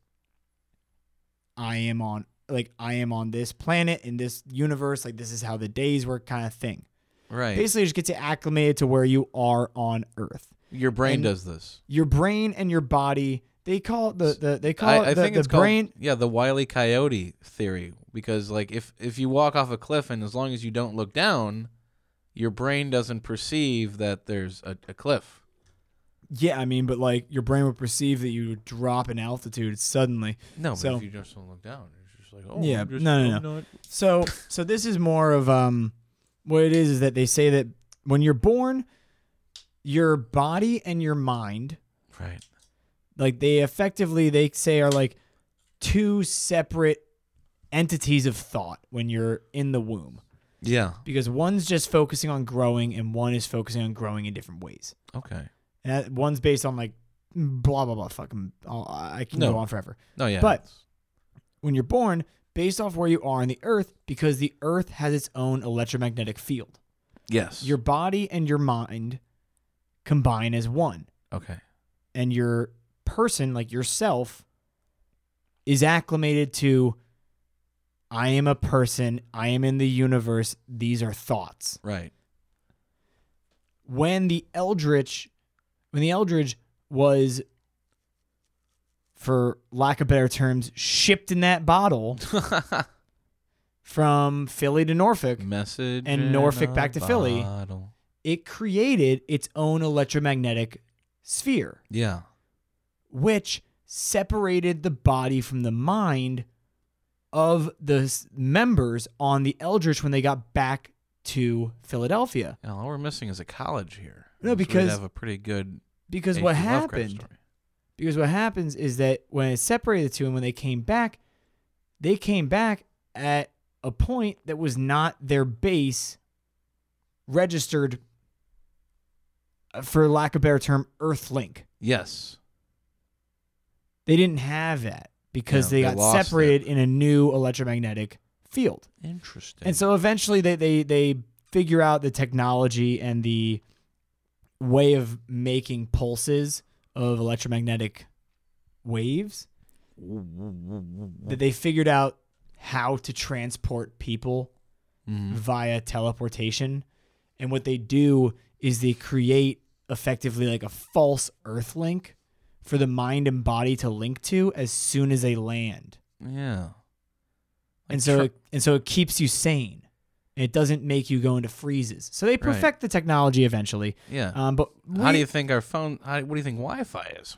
B: I am on like I am on this planet in this universe, like this is how the days work kind of thing.
A: Right.
B: Basically you just get to acclimated to where you are on Earth.
A: Your brain
B: and-
A: does this.
B: Your brain and your body, they call it the, the they call
A: I,
B: it
A: I
B: the,
A: think
B: the
A: it's
B: brain
A: called yeah the Wiley Coyote theory because like if if you walk off a cliff and as long as you don't look down, your brain doesn't perceive that there's a, a cliff.
B: Yeah, I mean, but like your brain would perceive that you would drop in altitude suddenly.
A: No, but
B: So-
A: if you just don't look down, it's just like oh
B: Yeah,
A: I'm just-
B: no, no,
A: I'm not-
B: So so this is more of um what it is is that they say that when you're born, your body and your mind,
A: Right.
B: like they effectively they say are like two separate entities of thought when you're in the womb.
A: Yeah.
B: Because one's just focusing on growing and one is focusing on growing in different ways.
A: Okay.
B: And that, one's based on like blah blah blah fucking I I can
A: No.
B: go on forever.
A: No. Yeah.
B: But-
A: it's-
B: when you're born based off where you are on the earth because the earth has its own electromagnetic field.
A: yes.
B: Your body and your mind combine as one,
A: okay.
B: and your person, like yourself, is acclimated to I am a person, I am in the universe, these are thoughts.
A: Right.
B: When the Eldritch when the Eldritch was for lack of better terms, shipped in that bottle from Philly to Norfolk,
A: Message
B: And
A: in
B: Norfolk
A: a
B: back to Philly.
A: bottle.
B: it created its own electromagnetic sphere,
A: Yeah.
B: which separated the body from the mind of the s- members on the Eldritch when they got back to Philadelphia.
A: And all we're missing is a college here. So
B: No,
A: we'd
B: because-
A: have a pretty good
B: Because
A: H.P.
B: what
A: Lovecraft
B: happened,
A: story.
B: because what happens is that when it separated the two and when they came back, they came back at a point that was not their base registered, uh, for lack of a better term, Earthlink.
A: Yes.
B: they didn't have that because
A: Yeah,
B: they,
A: they
B: got
A: lost
B: separated
A: it.
B: in a new electromagnetic field.
A: Interesting.
B: And so eventually they, they they figure out the technology and the way of making pulses of electromagnetic waves that they figured out how to transport people
A: Mhm.
B: via teleportation. And what they do is they create effectively like a false earth link for the mind and body to link to as soon as they land.
A: Yeah. Like
B: and so uh,
A: tr-
B: it, and so it keeps you sane. It doesn't make you go into freezes. So they perfect the technology eventually.
A: yeah.
B: Um, but
A: how do
B: we-
A: you think our phone? How, what do you think Wi-Fi is?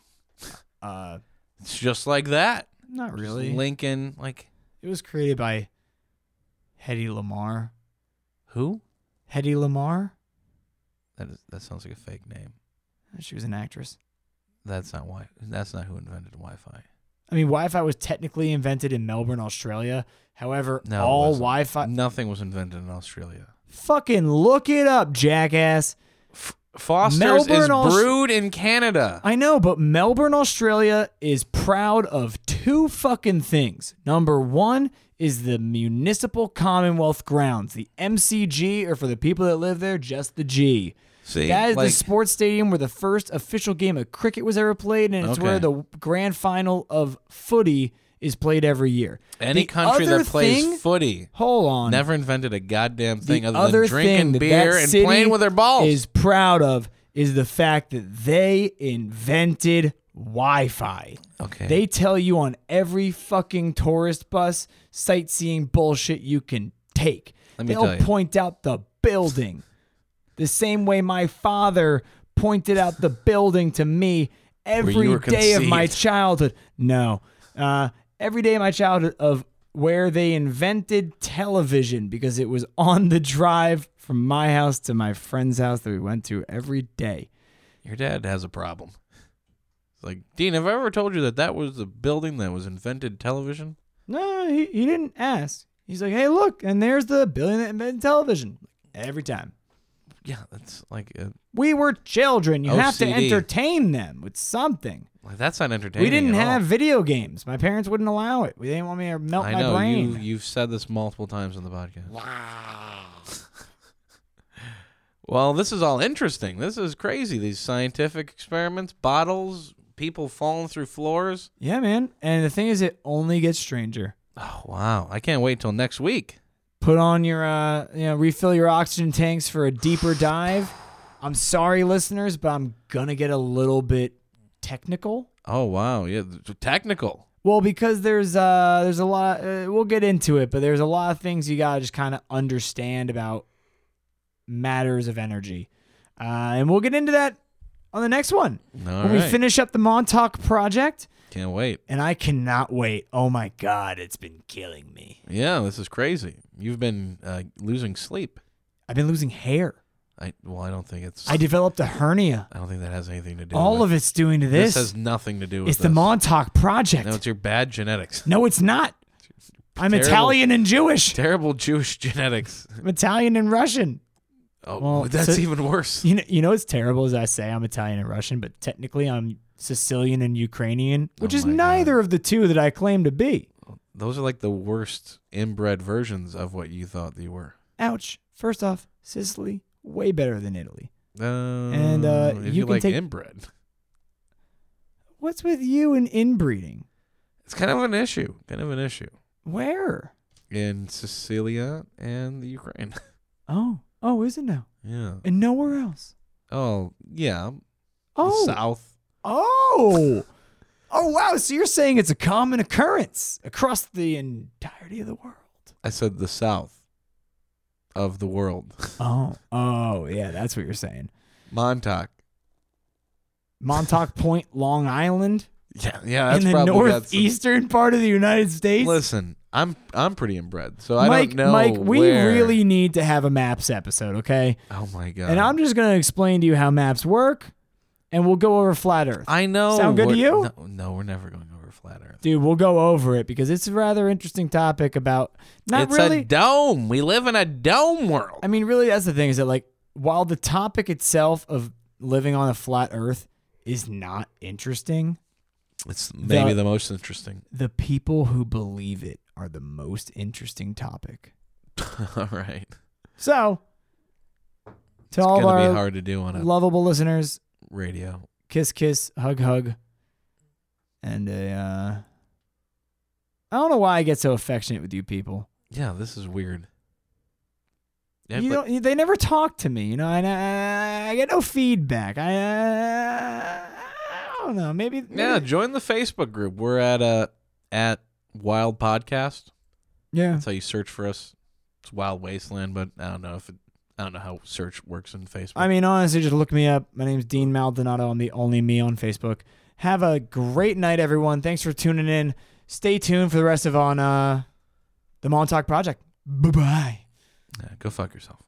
B: Uh,
A: It's just like that.
B: not
A: Just
B: really.
A: Lincoln, like
B: It was created by Hedy Lamar.
A: who?
B: Hedy Lamar.
A: That is. That sounds like a fake name.
B: She was an actress.
A: That's not why. That's not who invented Wi-Fi.
B: I mean, Wi-Fi was technically invented in Melbourne, Australia. However,
A: No, it
B: all
A: wasn't.
B: Wi-Fi.
A: Nothing was invented in Australia.
B: Fucking look it up, jackass.
A: F- Foster's
B: Melbourne,
A: is
B: Aus-
A: brewed in Canada.
B: I know, but Melbourne, Australia is proud of two fucking things. Number one is the Municipal Commonwealth Grounds, the MCG, or for the people that live there, just the G.
A: See,
B: That is
A: like,
B: the sports stadium where the first official game of cricket was ever played, and it's where
A: Okay.
B: the grand final of footy is played every year.
A: any
B: The
A: country
B: other
A: that plays
B: thing-
A: footy
B: Hold on.
A: never invented a goddamn thing
B: the
A: other,
B: other
A: than drinking
B: thing that
A: beer
B: that
A: and
B: city
A: playing with their balls.
B: is proud of is the fact that they invented Wi-Fi.
A: okay,
B: They tell you on every fucking tourist bus sightseeing bullshit you can take.
A: Let me
B: They'll
A: tell you.
B: point out the building. the same way my father pointed out the building to me
A: you
B: every
A: were
B: day of my
A: conceived.
B: childhood. No. Uh, every day of my childhood of where they invented television because it was on the drive from my house to my friend's house that we went to every day.
A: Your dad has a problem. It's like, Dean, have I ever told you that that was the building that was invented television?
B: No, he, he didn't ask. He's like, hey, look, and there's the billion that invented television. Every time.
A: Yeah, that's like uh,
B: We were children. You have to
A: OCD.
B: entertain them with something.
A: like that's not entertaining.
B: We didn't
A: at all.
B: have video games. My parents wouldn't allow it. They didn't want me to melt
A: I
B: my
A: know
B: brain.
A: you. You've said this multiple times on the podcast. Wow. well, this is all interesting. This is crazy. These scientific experiments, bottles, people falling through floors.
B: yeah, man. And the thing is, it only gets stranger.
A: Oh wow! I can't wait till next week.
B: Put on your, uh, you know, refill your oxygen tanks for a deeper dive. I'm sorry, listeners, but I'm gonna get a little bit technical.
A: Oh wow! Yeah, th- technical.
B: Well, because there's uh there's a lot uh, we'll get into it, but there's a lot of things you gotta just kind of understand about matters of energy, uh, and we'll get into that on the next one
A: All
B: when we
A: right.
B: finish up the Montauk project.
A: Can't wait.
B: And I cannot wait. Oh my god, it's been killing me.
A: Yeah, this is crazy. You've been uh, losing sleep.
B: I've been losing hair.
A: I well, I don't think it's.
B: I developed a hernia.
A: I don't think that has anything to do.
B: All
A: with
B: of it's doing to this.
A: This has nothing to do with
B: it's the
A: this.
B: Montauk project.
A: No, it's your bad genetics.
B: no, it's not. I'm
A: Terrible.
B: Italian and Jewish.
A: Terrible Jewish genetics.
B: I'm Italian and Russian.
A: Oh,
B: Well,
A: that's
B: so-
A: even worse.
B: You know, you know what's terrible is I say I'm Italian and Russian, but technically I'm Sicilian and Ukrainian, which
A: Oh
B: is
A: my God.
B: neither of the two that I claim to be.
A: Those are like the worst inbred versions of what you thought you were.
B: Ouch. First off, Sicily way better than Italy.
A: Um,
B: uh,
A: if
B: you
A: you
B: can
A: like
B: take-
A: inbred.
B: What's with you and inbreeding?
A: It's kind of an issue. Kind of an issue
B: Where?
A: in Sicilia and the Ukraine.
B: Oh, oh, is it now?
A: yeah.
B: And nowhere else.
A: Oh, yeah. The
B: Oh,
A: South.
B: oh, oh, wow. So you're saying it's a common occurrence across the entirety of the world.
A: I said the South of the world.
B: Oh, oh, yeah, that's what you're saying.
A: Montauk.
B: Montauk Point, Long Island,
A: Yeah, yeah. That's
B: in the
A: probably that's the-
B: northeastern part of the United States.
A: Listen, I'm I'm pretty inbred, so I
B: Mike,
A: don't know.
B: Mike, we
A: where-
B: really need to have a maps episode, okay?
A: Oh my god.
B: and I'm just going to explain to you how maps work, and we'll go over flat Earth.
A: I know.
B: Sound good to
A: we're-
B: you?
A: No, no, we're never going over flat Earth.
B: Dude, we'll go over it because it's a rather interesting topic about not
A: it's
B: really.
A: a dome. We live in a dome world.
B: I mean, really, that's the thing is that like while the topic itself of living on a flat Earth is not interesting,
A: It's maybe
B: The-
A: the most interesting.
B: the people who believe it are the most interesting topic.
A: All right.
B: So, to all
A: It's
B: of
A: going to be
B: our
A: hard to do on a
B: lovable listeners,
A: radio.
B: kiss kiss hug hug and a uh I don't know why I get so affectionate with you people.
A: Yeah, this is weird. Yeah,
B: You
A: but-
B: don't, they never talk to me, you know, and I, I get no feedback. I, uh, I don't know. Maybe, maybe
A: yeah, join the Facebook group. We're at uh, at Wild Podcast.
B: yeah.
A: That's how you search for us. It's Wild Wasteland, but I don't know if it, I don't know how search works in Facebook.
B: I mean, honestly, just look me up. My name's Dean Maldonado. I'm the only me on Facebook. Have a great night, everyone. Thanks for tuning in. Stay tuned for the rest of on uh, the Montauk Project. Bye bye.
A: Yeah, go fuck yourself.